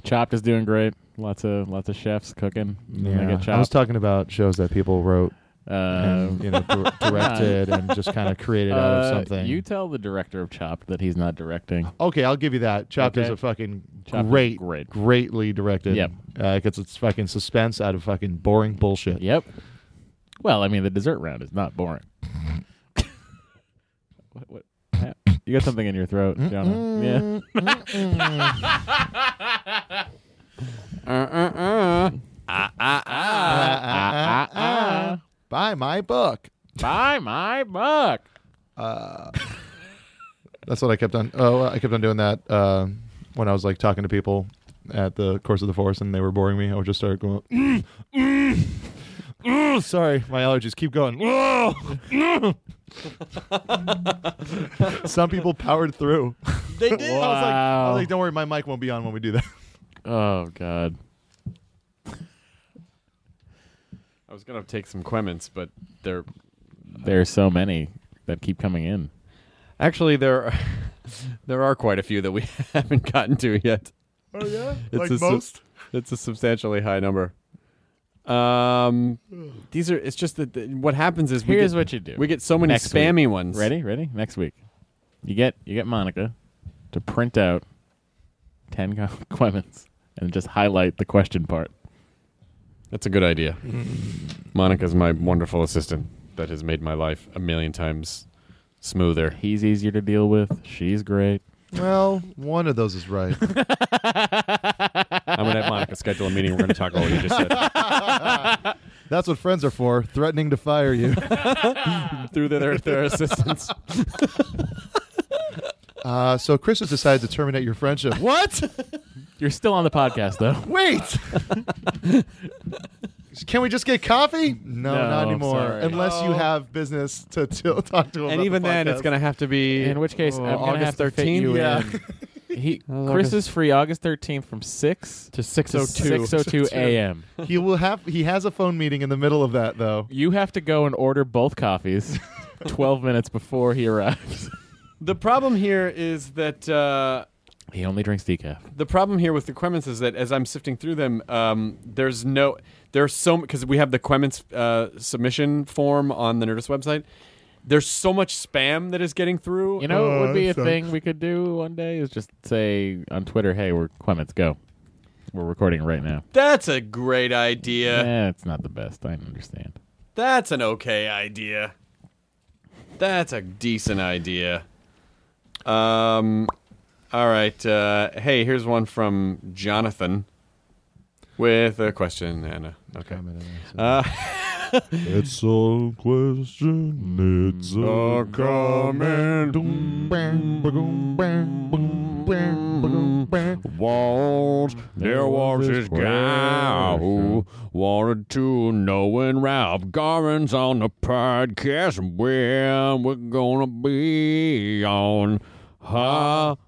Speaker 5: Chopped is doing great. Lots of lots of chefs cooking. I get
Speaker 6: I was
Speaker 5: chopped.
Speaker 6: talking about shows that people wrote
Speaker 5: uh,
Speaker 6: and you know dir- directed and just kind of created out
Speaker 5: uh,
Speaker 6: of something.
Speaker 5: You tell the director of Chopped that he's not directing.
Speaker 6: Okay, I'll give you that. Chopped is
Speaker 5: Okay.
Speaker 6: a fucking
Speaker 5: Chopped is
Speaker 6: great,
Speaker 5: great.
Speaker 6: greatly directed.
Speaker 5: Yep.
Speaker 6: because it's fucking suspense out of fucking boring bullshit.
Speaker 5: Yep. Well, I mean, the dessert round is not boring. what, what? yeah. You got something in your throat, Jonah. Yeah.
Speaker 2: Uh uh uh.
Speaker 5: Ah, ah, ah.
Speaker 6: Buy my book.
Speaker 5: Buy my book.
Speaker 6: That's what I kept on. Oh, I kept on doing that uh, when I was like talking to people at the course of the forest, and they were boring me. I would just start going. "Mm, mm, mm." sorry, my allergies keep going. "Whoa, mm." Some people powered through.
Speaker 2: They
Speaker 6: I, was like, I
Speaker 5: Wow.
Speaker 6: was like, don't worry, my mic won't be on when we do that.
Speaker 5: Oh God.
Speaker 2: I was gonna take some Quements, but they're
Speaker 5: There are so many that keep coming in.
Speaker 2: actually there. Are, there are quite a few that we haven't gotten to yet.
Speaker 6: Oh yeah,
Speaker 2: It's a sub- it's a substantially high number. Um, these are. It's just that the, what happens is we
Speaker 5: Here's
Speaker 2: get,
Speaker 5: what you do.
Speaker 2: we get so many
Speaker 5: Next week.
Speaker 2: spammy ones.
Speaker 5: Ready? Ready? Next week. You get you get Monica to print out ten co- Clemens and just highlight the question part.
Speaker 2: That's a good idea. Monica's my wonderful assistant that has made my life a million times smoother.
Speaker 5: He's easier to deal with. She's great.
Speaker 6: Well, one of those is right.
Speaker 2: I'm gonna have Monica schedule a meeting. We're gonna talk about what you just said.
Speaker 6: That's what friends are for. Threatening to fire you.
Speaker 2: Through their their assistants.
Speaker 6: Uh, so Chris has decided to terminate your friendship.
Speaker 5: What? You're still on the podcast though.
Speaker 6: Wait. Can we just get coffee? No,
Speaker 5: No,
Speaker 6: not
Speaker 5: I'm
Speaker 6: anymore.
Speaker 5: sorry.
Speaker 6: Unless you have business to till talk to him.
Speaker 2: And even then, it's gonna have to be.
Speaker 5: In which case,
Speaker 2: oh,
Speaker 5: I'm gonna have
Speaker 2: August
Speaker 5: to fit you
Speaker 2: thirteenth.
Speaker 6: Yeah.
Speaker 5: in. He,
Speaker 2: was
Speaker 5: Chris
Speaker 2: August-
Speaker 5: is free August 13th from six oh
Speaker 2: To
Speaker 5: to
Speaker 2: 602.
Speaker 5: 6:02 a.m.
Speaker 6: he will have. He has a phone meeting in the middle of that though.
Speaker 5: You have to go and order both coffees 12 minutes before he arrives.
Speaker 2: The problem here is that uh,
Speaker 5: He only drinks decaf.
Speaker 2: the problem here with the Quemens is that as I'm sifting through them, um, there's no there's so because we have the Quemens uh, submission form on the Nerdist website. There's so much spam that is getting through.
Speaker 5: You know, what
Speaker 6: Uh,
Speaker 5: would be a
Speaker 6: so-
Speaker 5: thing we could do one day is just say on Twitter, "Hey, we're Clements, go. We're recording right now."
Speaker 2: That's a great idea.
Speaker 5: Eh, it's not the best. I understand.
Speaker 2: That's an okay idea. That's a decent idea. Um, all right. Uh, hey, here's one from Jonathan with a question and a okay. Uh,
Speaker 6: It's a question. It's a comment.
Speaker 2: Walls, there was this guy who wanted to know when Ralph Garvin's on the podcast and when we're gonna be on Hollywood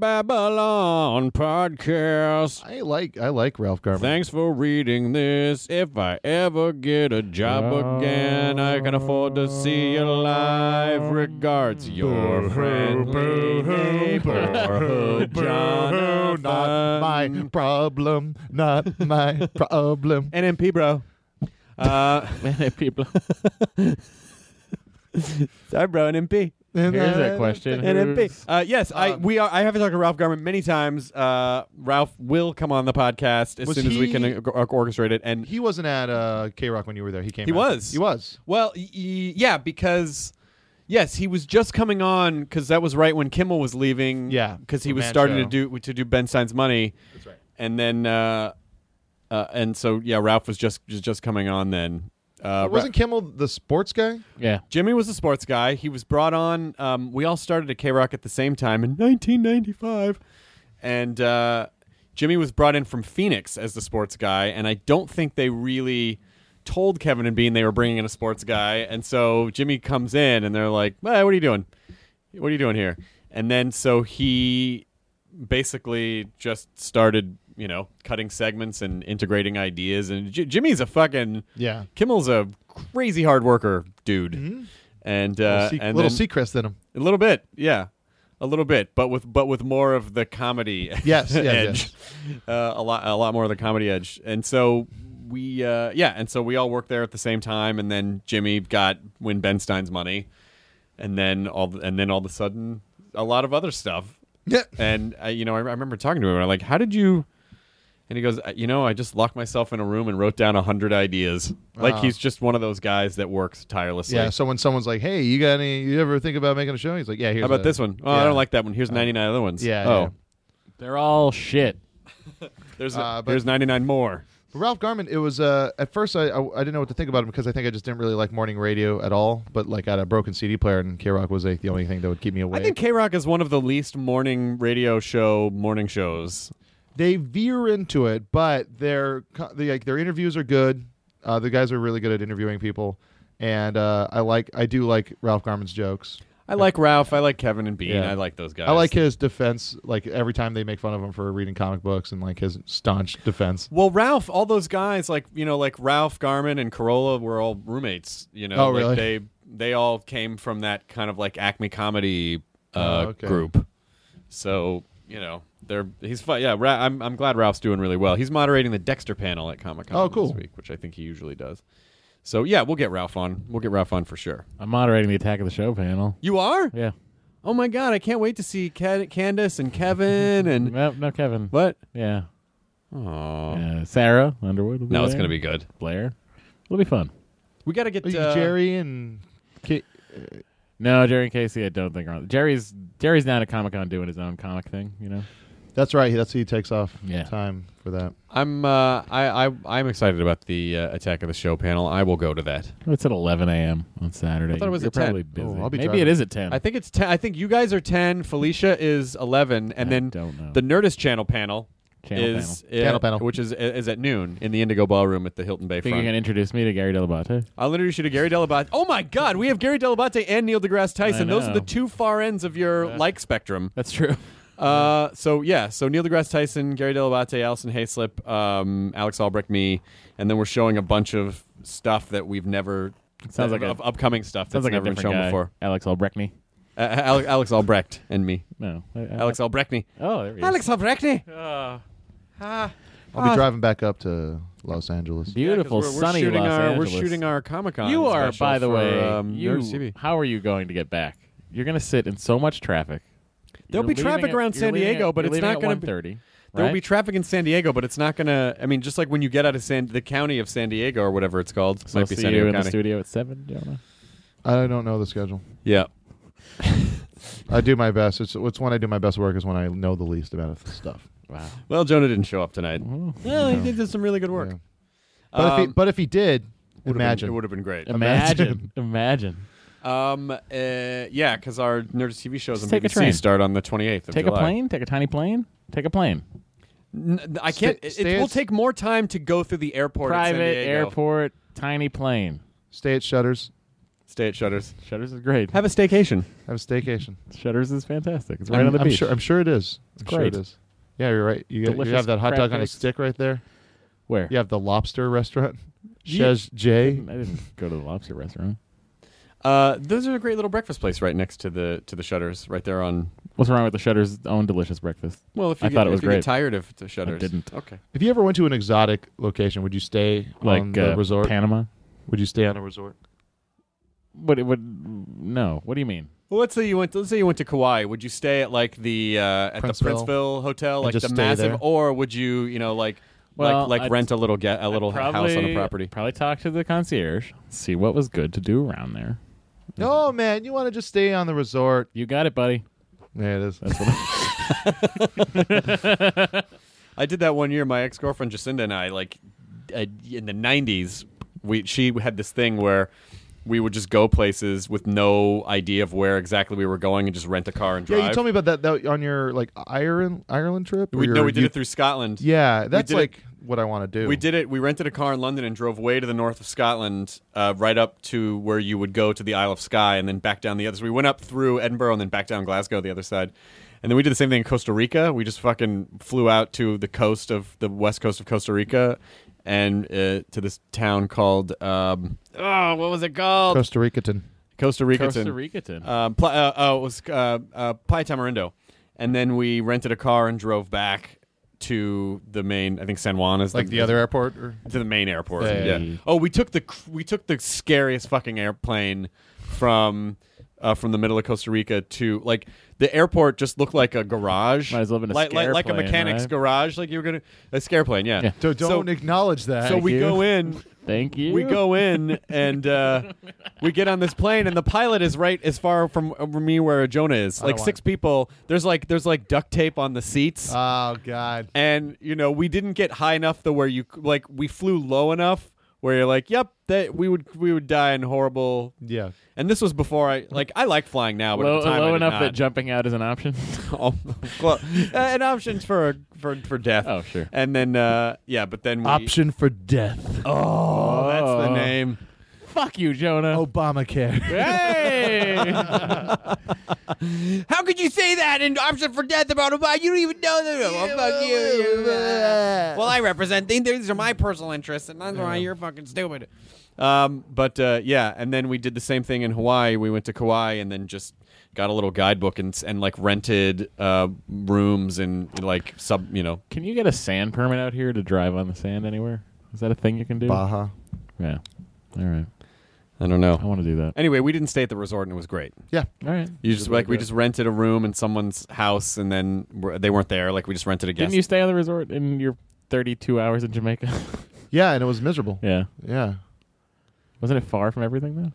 Speaker 2: Babylon podcast.
Speaker 6: I like. I like Ralph Garman.
Speaker 2: Thanks for reading this. If I ever get a job again, I can afford to see you live. Regards, your friendly neighborhood, Jonathan.
Speaker 6: Not my problem. Not my problem.
Speaker 2: NMP, bro. Uh,
Speaker 5: Man, people.
Speaker 2: sorry, bro, NMP.
Speaker 5: Here's that question. Who's-
Speaker 2: Uh, yes, I
Speaker 6: Um,
Speaker 2: we are. I have talked to Ralph Garman many times. Uh, Ralph will come on the podcast as
Speaker 6: Was
Speaker 2: soon as we
Speaker 6: he-
Speaker 2: can uh, or- orchestrate it. And
Speaker 6: He wasn't at uh, K Rock when you were there. He came.
Speaker 2: He
Speaker 6: out.
Speaker 2: was.
Speaker 6: He was.
Speaker 2: Well, y- y- yeah, because yes, he was just coming on because that was right when Kimmel was leaving.
Speaker 6: Yeah,
Speaker 2: because he
Speaker 6: the
Speaker 2: was
Speaker 6: man
Speaker 2: starting to
Speaker 6: show.
Speaker 2: do to do Ben Stein's money. That's right. And then, uh, uh, and so yeah, Ralph was just was just coming on then. Uh, Ra-
Speaker 6: Wasn't Kimmel the sports guy?
Speaker 5: Yeah.
Speaker 2: Jimmy was a sports guy. He was brought on. Um, we all started at K Rock at the same time in 1995, and uh, Jimmy was brought in from Phoenix as the sports guy, and I don't think they really told Kevin and Bean they were bringing in a sports guy. And so Jimmy comes in, and they're like, "Hey, what are you doing? What are you doing here?" And then so he basically just started, you know, cutting segments and integrating ideas. And J- Jimmy's a fucking
Speaker 6: Yeah.
Speaker 2: Kimmel's a crazy hard worker dude, and uh,
Speaker 6: Mm-hmm. little Se-
Speaker 2: and
Speaker 6: little
Speaker 2: then-
Speaker 6: Seacrest in him.
Speaker 2: a little bit, yeah, a little bit, but with but with more of the comedy
Speaker 6: Yes, yes,
Speaker 2: edge, Uh, a lot a lot more of the comedy edge, and so we uh, yeah, and so we all worked there at the same time, and then Jimmy got Win Ben Stein's money, and then all the- and then all of a sudden a lot of other stuff,
Speaker 6: Yeah.
Speaker 2: and I, you know I, I remember talking to him, and I'm like, how did you? And he goes, "Uh, you know, I just locked myself in a room and wrote down a hundred ideas. Like
Speaker 6: Wow.
Speaker 2: he's just one of those guys that works tirelessly.
Speaker 6: Ah. Yeah. So when someone's like, "Hey, you got any? You ever think about making a show?" He's like, "Yeah, here's
Speaker 2: How about
Speaker 6: a-
Speaker 2: this one? Oh, I
Speaker 6: yeah. Uh,
Speaker 2: don't like that one. Here's 99 other ones.
Speaker 6: yeah,
Speaker 2: Oh,
Speaker 6: yeah.
Speaker 5: They're all shit.
Speaker 2: There's
Speaker 6: Uh, but-
Speaker 2: there's 99 more.
Speaker 6: Ralph Garman, it was uh, at first I, I I didn't know what to think about him because I think I just didn't really like morning radio at all. But like I had a broken CD player and K Rock was like the only thing that would keep me awake.
Speaker 2: I think K Rock is one of the least morning radio show morning shows.
Speaker 6: they veer into it, but their co- the, like their interviews are good. Uh, the guys are really good at interviewing people, and uh, I like I do like Ralph Garman's jokes.
Speaker 2: I like Ralph. I like Kevin and Bean.
Speaker 6: Yeah.
Speaker 2: I like those guys.
Speaker 6: I like his defense, like every time they make fun of him for reading comic books and like his staunch defense.
Speaker 2: Well, Ralph, all those guys, like you know, like Ralph Garman and Corolla, were all roommates. You know,
Speaker 6: Oh,
Speaker 2: Like,
Speaker 6: really?
Speaker 2: They they all came from that kind of like Acme comedy uh,
Speaker 6: Oh, okay.
Speaker 2: group. So you know, they're he's fun. Yeah, Ra- I'm I'm glad Ralph's doing really well. He's moderating the Dexter panel at Comic Con
Speaker 6: Oh, cool.
Speaker 2: this week, which I think he usually does. So yeah, we'll get Ralph on. We'll get Ralph on for sure.
Speaker 5: I'm moderating the Attack of the Show panel.
Speaker 2: You are?
Speaker 5: Yeah.
Speaker 2: Oh my god, I can't wait to see Ca- Candace and Kevin and
Speaker 5: No, no Kevin.
Speaker 2: what?
Speaker 5: Yeah.
Speaker 2: Oh.
Speaker 5: Uh, Sarah Underwood. Will be
Speaker 2: No, it's
Speaker 5: there.
Speaker 2: gonna be good.
Speaker 5: Blair. It'll be fun.
Speaker 2: We gotta get
Speaker 6: Like,
Speaker 2: uh,
Speaker 6: Oh, Jerry and K-
Speaker 5: No, Jerry and Casey, I don't think are. Jerry's Jerry's down at Comic Con doing his own comic thing. You know.
Speaker 6: that's right. That's he takes off
Speaker 5: Yeah.
Speaker 6: time for that.
Speaker 2: I'm uh, I, I I'm excited about the uh, Attack of the Show panel. I will go to that.
Speaker 5: It's at 11 a.m. on Saturday.
Speaker 2: I thought it was
Speaker 5: You're
Speaker 2: at 10.
Speaker 5: probably busy.
Speaker 6: Oh, I'll be
Speaker 5: Maybe
Speaker 6: driving.
Speaker 5: it is at 10.
Speaker 2: I think it's ten. I think you guys are ten. Felicia is eleven, and
Speaker 5: I
Speaker 2: then
Speaker 5: don't know.
Speaker 2: the Nerdist Channel panel
Speaker 5: Channel
Speaker 2: is
Speaker 5: panel.
Speaker 2: uh,
Speaker 6: Channel panel.
Speaker 2: which is is at noon in the Indigo Ballroom at the Hilton Bay
Speaker 5: I think
Speaker 2: front.
Speaker 5: you're gonna introduce me to Gary Delabate.
Speaker 2: I'll introduce you to Gary Delabate. Oh my God, we have Gary Delabate and Neil deGrasse Tyson. Those are
Speaker 5: know.
Speaker 2: the two far ends of your like spectrum.
Speaker 5: That's true.
Speaker 2: Uh, so yeah, so Neil deGrasse Tyson, Gary Delabate, Allison Hayslip, um, Alex Albrecht, me, and then we're showing a bunch of stuff that we've never
Speaker 5: Sounds like a-
Speaker 2: of upcoming stuff that's
Speaker 5: Sounds like
Speaker 2: never
Speaker 5: a
Speaker 2: been shown
Speaker 5: different guy.
Speaker 2: before.
Speaker 5: Alex Albrechtney.
Speaker 2: Uh, Alex, Alex Albrecht and me,
Speaker 5: No, I- I-
Speaker 2: Alex Albrechtney,
Speaker 5: Oh, there he is.
Speaker 2: Alex Albrechtney.
Speaker 6: I'll be driving back up to Los Angeles.
Speaker 5: Beautiful,
Speaker 2: we're,
Speaker 5: sunny
Speaker 2: shooting
Speaker 5: Los
Speaker 2: our
Speaker 5: Angeles.
Speaker 2: we're shooting our Comic Con.
Speaker 5: You are, by the way.
Speaker 2: um,
Speaker 5: you, how are you going to get back? You're gonna sit in so much traffic.
Speaker 2: There'll be traffic around San Diego, but it's not gonna
Speaker 5: going
Speaker 2: be-
Speaker 5: to thirty.
Speaker 2: There will be traffic in San Diego, but it's not gonna. I mean, just like when you get out of San, the county of San Diego or whatever it's called,
Speaker 5: so
Speaker 2: might be
Speaker 5: see
Speaker 2: San
Speaker 5: you
Speaker 2: Diego
Speaker 5: in the
Speaker 2: County.
Speaker 5: studio at seven, Jonah.
Speaker 6: I don't know the schedule.
Speaker 2: Yeah,
Speaker 6: I do my best. It's it's when I do my best work is when I know the least about it- stuff.
Speaker 5: Wow.
Speaker 2: Well, Jonah didn't show up tonight.
Speaker 5: Oh.
Speaker 2: Well, he did- did some really good work.
Speaker 6: Yeah. But if he,
Speaker 2: Um,
Speaker 6: but if he did,
Speaker 2: would've been-
Speaker 6: imagine
Speaker 2: it would have been great.
Speaker 5: Imagine, imagine.
Speaker 2: Um, uh, yeah, because our Nerdist TV shows
Speaker 5: Just
Speaker 2: on
Speaker 5: take a
Speaker 2: BBC
Speaker 5: train.
Speaker 2: start on the 28th. Of
Speaker 5: Take a
Speaker 2: July.
Speaker 5: plane. Take a tiny plane. Take a plane.
Speaker 2: N- I can't.
Speaker 6: Stay-
Speaker 2: it-
Speaker 6: stay
Speaker 2: it will
Speaker 6: at-
Speaker 2: take more time to go through the airport. at San
Speaker 5: Private
Speaker 2: Diego.
Speaker 5: airport, tiny plane.
Speaker 6: stay at Shutters,
Speaker 2: Stay at Shutters.
Speaker 5: Shutters is great.
Speaker 2: Have a staycation.
Speaker 6: have a staycation.
Speaker 5: Shutters is fantastic. It's right
Speaker 6: I'm,
Speaker 5: on the
Speaker 6: I'm
Speaker 5: beach.
Speaker 6: Sure, I'm sure it is. I'm sure
Speaker 5: great.
Speaker 6: it is. Yeah, you're right. You, got- you
Speaker 5: Delicious
Speaker 6: have that hot
Speaker 5: crab
Speaker 6: dog on a
Speaker 5: cakes.
Speaker 6: stick right there.
Speaker 5: Where?
Speaker 6: You have the lobster restaurant.
Speaker 5: Yeah.
Speaker 6: Chez J.
Speaker 5: I didn't go to the lobster restaurant.
Speaker 2: Uh, those are a great little breakfast place right next to the to the Shutters, right there on.
Speaker 5: What's wrong with the Shutters' own delicious breakfast?
Speaker 2: Well, if you
Speaker 5: I
Speaker 2: get,
Speaker 5: thought it
Speaker 2: if
Speaker 5: was
Speaker 2: you
Speaker 5: great.
Speaker 2: get tired of the Shutters,
Speaker 5: didn't.
Speaker 2: Okay.
Speaker 6: If you ever went to an exotic location, would you stay on
Speaker 5: like
Speaker 6: the
Speaker 5: uh,
Speaker 6: resort?
Speaker 5: Panama.
Speaker 6: would you stay on a resort?
Speaker 5: What it would no. What do you mean?
Speaker 2: Well, let's say you went. Let's say you went to Kauai. Would you stay at like the uh, at the
Speaker 6: Princeville.
Speaker 2: Princeville Hotel,
Speaker 6: And
Speaker 2: like
Speaker 6: just
Speaker 2: the
Speaker 6: stay
Speaker 2: massive,
Speaker 6: there?
Speaker 2: or would you, you know, like
Speaker 5: Well,
Speaker 2: like like
Speaker 5: I'd-
Speaker 2: rent a little get a little house on
Speaker 5: Probably-
Speaker 2: a property?
Speaker 5: Probably talk to the concierge, see what was good to do around there.
Speaker 6: No, man. You want to just stay on the resort.
Speaker 5: You got it, buddy.
Speaker 6: Yeah, it is.
Speaker 2: I did that one year. My ex girlfriend Jacinda and I, like uh, in the '90s, we she had this thing where we would just go places with no idea of where exactly we were going and just rent a car and drive.
Speaker 6: Yeah, you told me about that, that on your like Ireland Ireland trip. or
Speaker 2: We,
Speaker 6: your
Speaker 2: no, we did
Speaker 6: youth-
Speaker 2: it through Scotland.
Speaker 6: Yeah,
Speaker 2: We
Speaker 6: that's
Speaker 2: did it-
Speaker 6: like what I want to do.
Speaker 2: We did it. We rented a car in London and drove way to the north of Scotland, uh, right up to where you would go to the Isle of Skye, and then back down the other. So we went up through Edinburgh and then back down Glasgow the other side, and then we did the same thing in Costa Rica. We just fucking flew out to the coast of the west coast of Costa Rica, and uh, to this town called um, oh, what was it called?
Speaker 6: Costa Ricaton.
Speaker 2: Costa Rica.
Speaker 5: Costa Ricaton.
Speaker 2: Um, pl- uh, oh, it was uh, uh, Playa Tamarindo. And then we rented a car and drove back to the main. I think San Juan is
Speaker 6: Like the other airport, or
Speaker 2: to the main airport.
Speaker 6: Yeah,
Speaker 2: Yeah.
Speaker 6: yeah,
Speaker 2: Oh, we took the cr- we took the scariest fucking airplane from uh, from the middle of Costa Rica to like the airport just looked like a garage.
Speaker 5: Might as well have been a
Speaker 2: like, like, like a
Speaker 5: scareplane,
Speaker 2: mechanic's
Speaker 5: right?
Speaker 2: garage. Like you were gonna a scare plane. Yeah.
Speaker 5: Yeah.
Speaker 6: so don't
Speaker 2: So-
Speaker 6: acknowledge that.
Speaker 2: so we
Speaker 5: you.
Speaker 2: go in
Speaker 5: Thank you.
Speaker 2: we go in and uh, we get on this plane, and the pilot is right as far from from me where Jonah is. Like
Speaker 6: want
Speaker 2: six people. There's like there's like duct tape on the seats,
Speaker 6: oh God,
Speaker 2: and you know we didn't get high enough though where you like we flew low enough where you're like, yep, that we would we would die in horrible.
Speaker 6: yeah.
Speaker 2: And this was before I like I like flying now, but
Speaker 5: low,
Speaker 2: at the time I
Speaker 5: low
Speaker 2: did
Speaker 5: enough
Speaker 2: not.
Speaker 5: that jumping out is an option.
Speaker 2: Oh, well, uh, and options for for for death.
Speaker 5: Oh, sure.
Speaker 2: And then uh, yeah, but then we,
Speaker 6: Option for death.
Speaker 2: Oh, that's the name. Oh,
Speaker 5: Fuck you, Jonah.
Speaker 6: Obamacare.
Speaker 5: Hey.
Speaker 2: How could you say that in option for death about Obama? You don't even know them. Well, fuck you. you- well, I represent these. These are my personal interests, and that's why you're fucking stupid. Um, but uh, yeah, and then we did the same thing in Hawaii. We went to Kauai and then just got a little guidebook and s- and like rented uh, rooms and like sub, you know.
Speaker 5: can you get a sand permit out here to drive on the sand anywhere? Is that a thing you can do?
Speaker 6: Baja.
Speaker 5: Yeah. All right.
Speaker 2: I don't
Speaker 5: I
Speaker 2: know.
Speaker 5: want to do that.
Speaker 2: Anyway, we didn't stay at the resort, and it was great.
Speaker 6: Yeah.
Speaker 5: All right.
Speaker 2: You just like we just rented a room in someone's house, and then we're- they weren't there. Like we just rented a guest.
Speaker 5: Didn't you stay on the resort in your 32 hours in Jamaica?
Speaker 6: Yeah, and it was miserable.
Speaker 5: yeah.
Speaker 6: Yeah.
Speaker 5: Wasn't it far from everything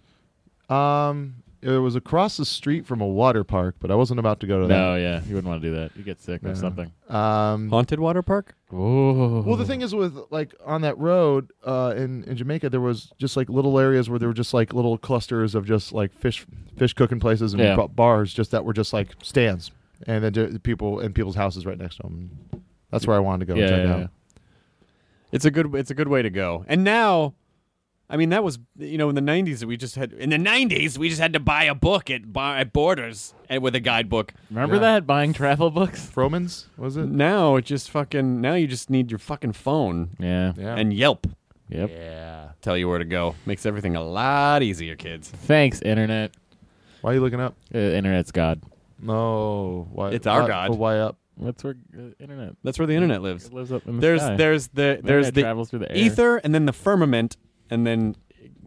Speaker 5: though?
Speaker 6: Um, it was across the street from a water park, but I wasn't about to go to
Speaker 5: No, yeah. You wouldn't want to do that. You get sick
Speaker 6: Yeah.
Speaker 5: or something.
Speaker 6: that. Um,
Speaker 2: haunted water park?
Speaker 5: Oh.
Speaker 6: well, the thing is, with like on that road uh, in in Jamaica, there was just like little areas where there were just like little clusters of just like fish fish cooking places and
Speaker 5: Yeah.
Speaker 6: ba- bars, just that were just like stands, and then ju- people in people's houses right next to them. That's where I wanted to go.
Speaker 5: Yeah,
Speaker 6: and check
Speaker 5: yeah,
Speaker 6: out.
Speaker 5: yeah.
Speaker 2: It's a good it's a good way to go. And now I mean that was you know in the 90s we just had in the 90s we just had to buy a book at bar, at Borders and with a guidebook.
Speaker 5: Remember
Speaker 6: Yeah.
Speaker 5: that buying travel books?
Speaker 6: Froman's was it?
Speaker 2: Now it just fucking now you just need your fucking phone
Speaker 5: Yeah.
Speaker 6: Yeah.
Speaker 2: and Yelp
Speaker 5: Yep.
Speaker 2: tell you where to go. Makes everything a lot easier, kids.
Speaker 5: Thanks, internet.
Speaker 6: Why are you looking up?
Speaker 5: Uh, internet's god.
Speaker 6: No, why?
Speaker 2: It's our
Speaker 6: why-
Speaker 2: god.
Speaker 6: oh, Why up?
Speaker 5: That's where uh, internet
Speaker 2: That's where the internet lives.
Speaker 5: it lives up in the
Speaker 2: There's
Speaker 5: sky.
Speaker 2: there's the there's
Speaker 5: Internet travels through the
Speaker 2: the
Speaker 5: air.
Speaker 2: ether and then the firmament and then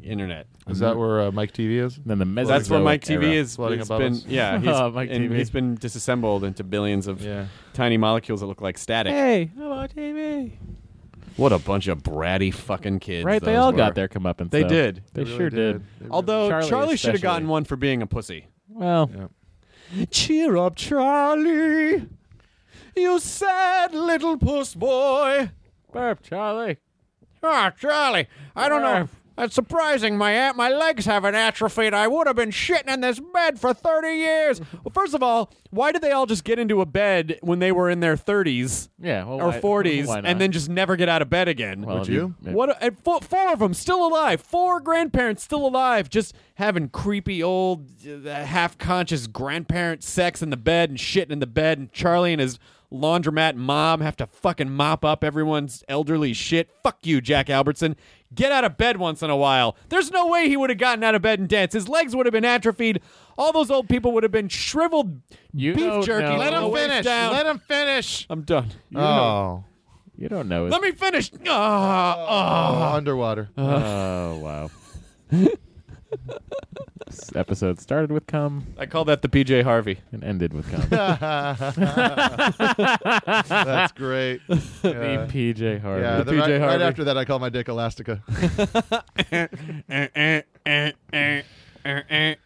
Speaker 2: internet.
Speaker 6: Is
Speaker 5: Mm-hmm.
Speaker 6: that where uh, Mike TV is?
Speaker 5: Then the Mesozoic
Speaker 2: That's where Mike
Speaker 5: era.
Speaker 2: TV is.
Speaker 6: Floating
Speaker 2: has
Speaker 6: above
Speaker 2: been,
Speaker 6: us.
Speaker 2: yeah, he's,
Speaker 5: Oh, Mike
Speaker 2: and
Speaker 5: TV.
Speaker 2: he's been disassembled into billions of
Speaker 6: Yeah.
Speaker 2: tiny molecules that look like static.
Speaker 5: Hey, hello TV.
Speaker 2: What a bunch of bratty fucking kids!
Speaker 5: Right, they
Speaker 2: those
Speaker 5: all
Speaker 2: were.
Speaker 5: got their comeuppance.
Speaker 2: They
Speaker 5: though.
Speaker 2: did.
Speaker 5: They,
Speaker 6: really
Speaker 5: sure did.
Speaker 6: They really-
Speaker 2: Although Charlie,
Speaker 5: Charlie
Speaker 2: should have
Speaker 5: especially.
Speaker 2: gotten one for being a pussy.
Speaker 5: Well,
Speaker 6: Yeah.
Speaker 2: Cheer up, Charlie, you sad little puss boy.
Speaker 5: burp, Charlie.
Speaker 2: Ah, Charlie, I don't know. That's surprising. My a- my legs haven't atrophied. I would have been shitting in this bed for thirty years. Well, first of all, why did they all just get into a bed when they were in their thirties
Speaker 5: Yeah, well,
Speaker 2: or
Speaker 5: why-
Speaker 2: forties,
Speaker 5: why not?
Speaker 2: and then just never get out of bed again?
Speaker 5: well,
Speaker 6: Would
Speaker 5: if
Speaker 6: you?
Speaker 5: if-
Speaker 2: What? a- And four, four of them still alive. Four grandparents still alive, just having creepy old, uh, half-conscious grandparent sex in the bed and shitting in the bed, and Charlie and his laundromat mom have to fucking mop up everyone's elderly shit. Fuck you, Jack Albertson. Get out of bed once in a while. There's no way he would have gotten out of bed and danced. His legs would have been atrophied. All those old people would have been shriveled
Speaker 5: You
Speaker 2: beef
Speaker 5: don't
Speaker 2: jerky.
Speaker 5: know.
Speaker 2: from
Speaker 5: Let
Speaker 2: the
Speaker 5: 'em
Speaker 2: waist down.
Speaker 6: him finish.
Speaker 2: I'm done.
Speaker 6: Oh.
Speaker 5: You don't know.
Speaker 2: Let me finish. Ah, ah.
Speaker 6: Oh, underwater.
Speaker 5: oh wow. this episode started with cum
Speaker 2: I call that the PJ Harvey.
Speaker 5: and ended with cum.
Speaker 6: That's great.
Speaker 5: The
Speaker 6: Yeah.
Speaker 5: PJ Harvey.
Speaker 6: Yeah, then
Speaker 2: PJ
Speaker 6: right, right
Speaker 2: Harvey.
Speaker 6: after that, I call my dick Elastica.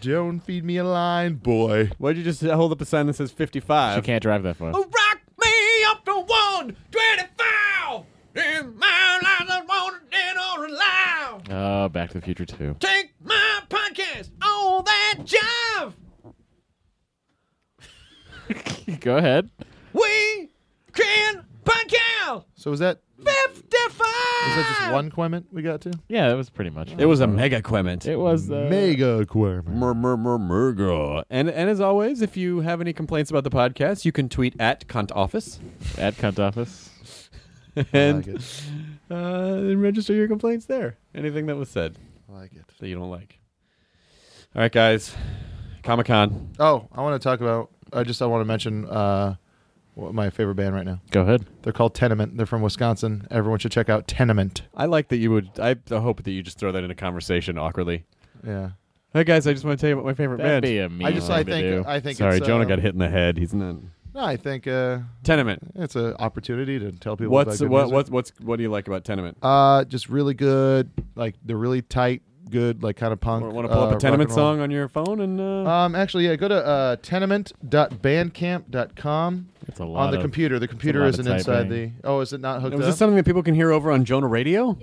Speaker 6: Don't feed me a line, boy.
Speaker 2: Why'd you just hold up a sign that says 55?
Speaker 5: she can't drive that far.
Speaker 2: Rock me up to 125! In my life, I want it dead or alive!
Speaker 5: Oh, back to the Future too.
Speaker 2: Take my podcast on that jive.
Speaker 5: Go ahead.
Speaker 2: We can podcast
Speaker 6: So was that was
Speaker 2: 55.
Speaker 6: that just one quement we got to?
Speaker 5: Yeah, that was pretty much.
Speaker 2: It was a mega quement.
Speaker 5: It was uh,
Speaker 6: Mega quement.
Speaker 2: Murmur, and and as always, if you have any complaints about the podcast, you can tweet at cunt office
Speaker 5: at cunt office.
Speaker 6: I
Speaker 2: and
Speaker 6: like it.
Speaker 2: uh, and register your complaints there. Anything that was said
Speaker 6: I like it.
Speaker 2: that you don't like. All right, guys, Comic Con.
Speaker 6: Oh, I want to talk about. I just I want to mention uh, what my favorite band right now.
Speaker 5: Go ahead.
Speaker 6: They're called Tenement. They're from Wisconsin. Everyone should check out Tenement.
Speaker 2: I like that you would. I hope that you just throw that in a conversation awkwardly.
Speaker 6: Yeah.
Speaker 2: Hey guys, I just want to tell you about my favorite
Speaker 5: That'd
Speaker 2: band.
Speaker 5: be a mean
Speaker 6: I just-
Speaker 5: thing
Speaker 6: I
Speaker 5: to
Speaker 6: think-
Speaker 5: do.
Speaker 6: I think
Speaker 2: Sorry,
Speaker 6: it's,
Speaker 2: Jonah
Speaker 6: uh,
Speaker 2: got hit in the head. He's not
Speaker 6: No, I think uh,
Speaker 2: Tenement.
Speaker 6: it's an opportunity to tell people. about
Speaker 2: What's
Speaker 6: good
Speaker 2: what,
Speaker 6: music.
Speaker 2: what's what's what do you like about Tenement?
Speaker 6: Uh, just really good. Like they're really tight, good, like kind of punk.
Speaker 2: Want to pull
Speaker 6: uh,
Speaker 2: up a
Speaker 6: rock
Speaker 2: Tenement
Speaker 6: and roll.
Speaker 2: song on your phone and uh,
Speaker 6: Um, actually, yeah, go to uh, tenement.bandcamp.com
Speaker 5: It's a lot
Speaker 6: on the
Speaker 5: of-
Speaker 6: computer. The computer
Speaker 5: lot of
Speaker 6: isn't inside the.
Speaker 5: typing.
Speaker 6: Oh, is it not hooked
Speaker 2: was
Speaker 6: up?
Speaker 2: this something that people can hear over on Jonah Radio?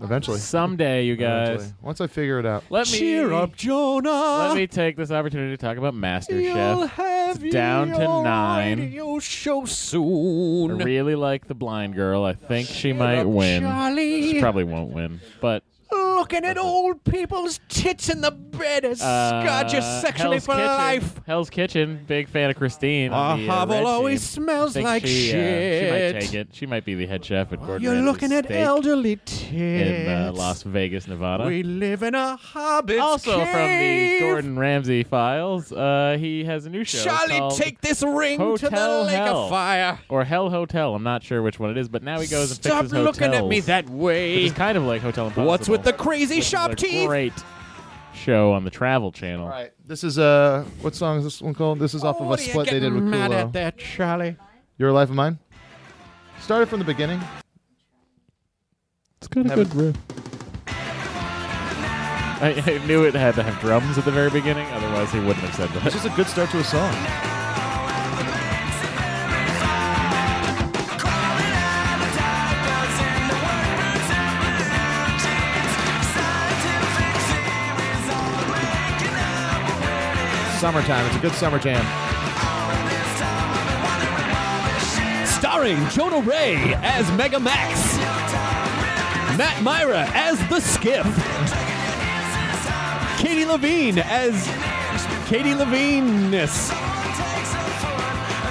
Speaker 6: Eventually.
Speaker 5: Someday, you guys.
Speaker 6: Eventually. Once I figure it out.
Speaker 5: Let me
Speaker 2: Cheer up, Jonah.
Speaker 5: Let me take this opportunity to talk about
Speaker 2: You'll
Speaker 5: MasterChef.
Speaker 2: have
Speaker 5: It's down to
Speaker 2: your
Speaker 5: nine.
Speaker 2: radio show
Speaker 5: I
Speaker 2: soon.
Speaker 5: really like the blind girl. I think she might
Speaker 2: up,
Speaker 5: win.
Speaker 2: Charlie.
Speaker 5: She probably won't win, but
Speaker 2: Looking
Speaker 5: Uh-huh.
Speaker 2: at old people's tits in the bed has
Speaker 5: uh,
Speaker 2: scarred you sexually
Speaker 5: Hell's
Speaker 2: for
Speaker 5: Kitchen.
Speaker 2: life.
Speaker 5: Hell's Kitchen. Big fan of Christine.
Speaker 2: Our
Speaker 5: on the, uh,
Speaker 2: hovel
Speaker 5: red
Speaker 2: always
Speaker 5: team.
Speaker 2: smells
Speaker 5: Think
Speaker 2: like
Speaker 5: she, uh, she
Speaker 2: shit.
Speaker 5: might take it. She might be the head chef at Gordon
Speaker 2: You're
Speaker 5: Ramsay's
Speaker 2: looking at
Speaker 5: steak
Speaker 2: elderly
Speaker 5: in uh,
Speaker 2: tits.
Speaker 5: Las Vegas, Nevada.
Speaker 2: we live in a hobbit's
Speaker 5: also from the
Speaker 2: cave.
Speaker 5: Gordon Ramsay files, uh, he has a new show
Speaker 2: Charlie,
Speaker 5: called
Speaker 2: take this ring to the
Speaker 5: Hotel
Speaker 2: lake
Speaker 5: Hell.
Speaker 2: of fire.
Speaker 5: or Hell Hotel. I'm not sure which one it is, but now he goes and
Speaker 2: Stop
Speaker 5: fixes hotels.
Speaker 2: looking at me that
Speaker 5: which
Speaker 2: way.
Speaker 5: is kind of like Hotel Impossible.
Speaker 2: What's with the crazy
Speaker 5: which is
Speaker 2: sharp
Speaker 5: a
Speaker 2: teeth?
Speaker 5: Great show on the Travel Channel.
Speaker 6: All right. This is uh, what song is this one called? This is off
Speaker 2: Oh,
Speaker 6: of
Speaker 2: what
Speaker 6: a
Speaker 2: are you
Speaker 6: split they did
Speaker 2: getting
Speaker 6: with
Speaker 2: mad at
Speaker 6: Kulo.
Speaker 2: that, Charlie.
Speaker 6: Your life of mine. Started from the beginning.
Speaker 5: It's got a
Speaker 6: Have good
Speaker 5: riff. I, I knew it had to have drums at the very beginning, otherwise he wouldn't have said
Speaker 6: It's
Speaker 5: that.
Speaker 6: just a good start to a song. Summertime. It's a good summer jam.
Speaker 2: Starring Jonah Ray as Mega Max, Matt Myra as The Skiff, Katie Levine as Katie Levineness,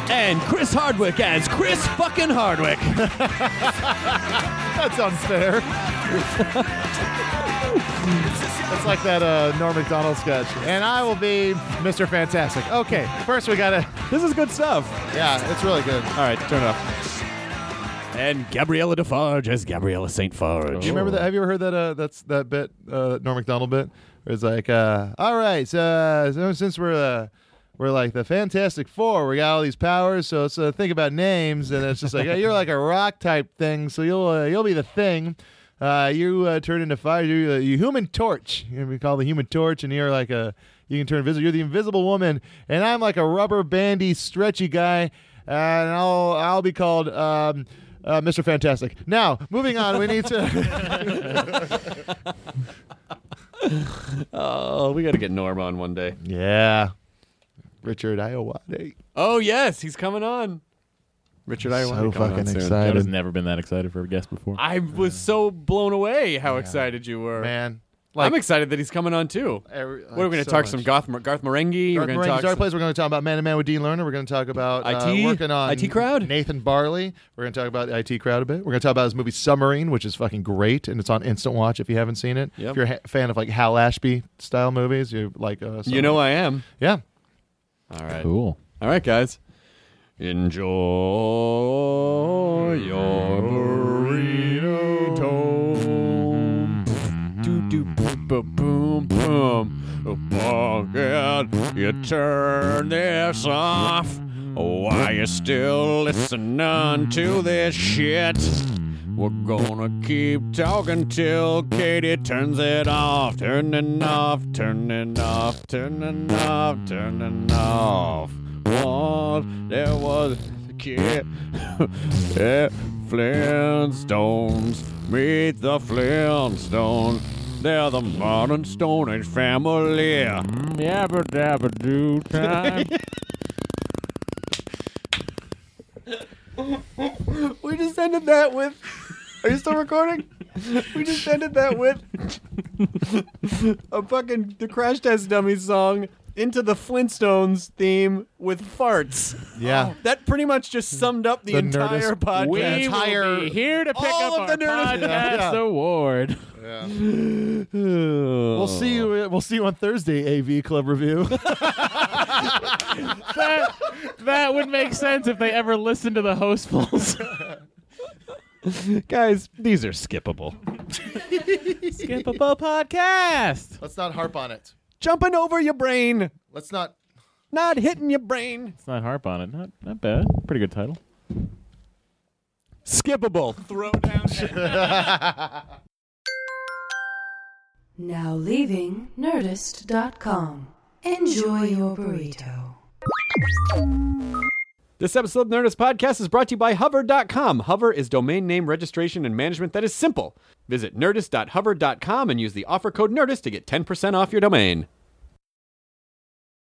Speaker 2: and Chris Hardwick as Chris fucking Hardwick.
Speaker 6: That's unfair. It's like that uh, Norm Macdonald sketch. And I will be Mr. Fantastic. Okay, first we gotta.
Speaker 2: this is good stuff.
Speaker 6: Yeah, it's really good.
Speaker 2: All right, turn it off. And Gabriella Defarge as Gabriella St. Farge.
Speaker 6: Do you remember that? Have you ever heard that? Uh, that's that bit, uh, Norm Macdonald bit. Where it's like, uh, all right, so, uh, so since we're uh, we're like the Fantastic Four, we got all these powers, so it's uh, think about names, and it's just like uh, you're like a rock type thing, so you'll uh, you'll be the thing. Uh, you uh, turn into fire. You uh, you Human Torch. You're gonna be called the Human Torch, and you're like a you can turn invisible. You're the Invisible Woman, and I'm like a rubber bandy stretchy guy, uh, and I'll I'll be called. Um, uh, Mr. Fantastic. Now, moving on, we need to.
Speaker 2: Oh, we got to get Norm on one day.
Speaker 6: Yeah. Richard Iowade.
Speaker 2: Oh, yes, he's coming on. Richard, I
Speaker 6: So fucking
Speaker 5: Jonah's
Speaker 6: excited.
Speaker 5: never been that excited for a guest before.
Speaker 2: I was so blown away how excited you were.
Speaker 6: Man.
Speaker 2: I'm excited that he's coming on too.
Speaker 6: every-
Speaker 2: what are we
Speaker 6: like
Speaker 2: going to
Speaker 6: so
Speaker 2: talk
Speaker 6: much.
Speaker 2: some Garth, Garth Marenghi?
Speaker 6: Dark
Speaker 2: we're going
Speaker 6: Marines,
Speaker 2: to talk.
Speaker 6: Dark
Speaker 2: some-
Speaker 6: Place. We're going to talk about Man to Man with Dean Lerner. We're going to talk about uh,
Speaker 2: IT?
Speaker 6: working on
Speaker 2: IT Crowd?
Speaker 6: Nathan Barley. We're going to talk about IT Crowd a bit. We're going to talk about his movie Submarine, which is fucking great, and it's on instant watch if you haven't seen it.
Speaker 2: Yep.
Speaker 6: If you're a ha- fan of like Hal Ashby style movies, you like uh,
Speaker 2: you know I am.
Speaker 6: yeah.
Speaker 2: All right.
Speaker 5: cool.
Speaker 2: All right, guys. Enjoy your burrito. Do do boom boom boom. boom. Bucket, you turn this off. Why you still listening to this shit? We're gonna keep talking till Katie turns it off. Turning off, turning off, turning off, turning off. Once there was a kid at Flintstones. Meet the Flintstones. They're the modern Stone Age family. Mm,
Speaker 5: Yabba dabba doo time.
Speaker 7: We just ended that with. Are you still recording? We just ended that with a fucking the Crash Test Dummies song into the Flintstones theme with farts.
Speaker 6: Yeah.
Speaker 2: That pretty much just summed up the,
Speaker 6: The
Speaker 2: entire
Speaker 6: Nerdist-
Speaker 2: podcast.
Speaker 5: we
Speaker 6: Yeah, entire-
Speaker 5: will be here to pick
Speaker 2: All
Speaker 5: up
Speaker 2: of
Speaker 5: our
Speaker 2: the Nerdist-
Speaker 5: podcast
Speaker 6: Yeah, yeah.
Speaker 5: award.
Speaker 6: We'll see you. We'll see you on Thursday. AV Club Review.
Speaker 5: that, that would make sense if they ever listened to the hostfuls.
Speaker 2: Guys, these are skippable.
Speaker 5: Skippable podcast.
Speaker 6: Let's not harp on it.
Speaker 2: Jumping over your brain,
Speaker 6: Let's not.
Speaker 2: not hitting your brain.
Speaker 5: Let's not harp on it. Not not bad. Pretty good title.
Speaker 2: Skippable.
Speaker 7: Throw down.
Speaker 4: Now leaving Nerdist.com. Enjoy your burrito.
Speaker 2: This episode of the Nerdist Podcast is brought to you by Hover.com. Hover is domain name registration and management that is simple. Visit nerdist.hover.com and use the offer code NERDIST to get 10% off your domain.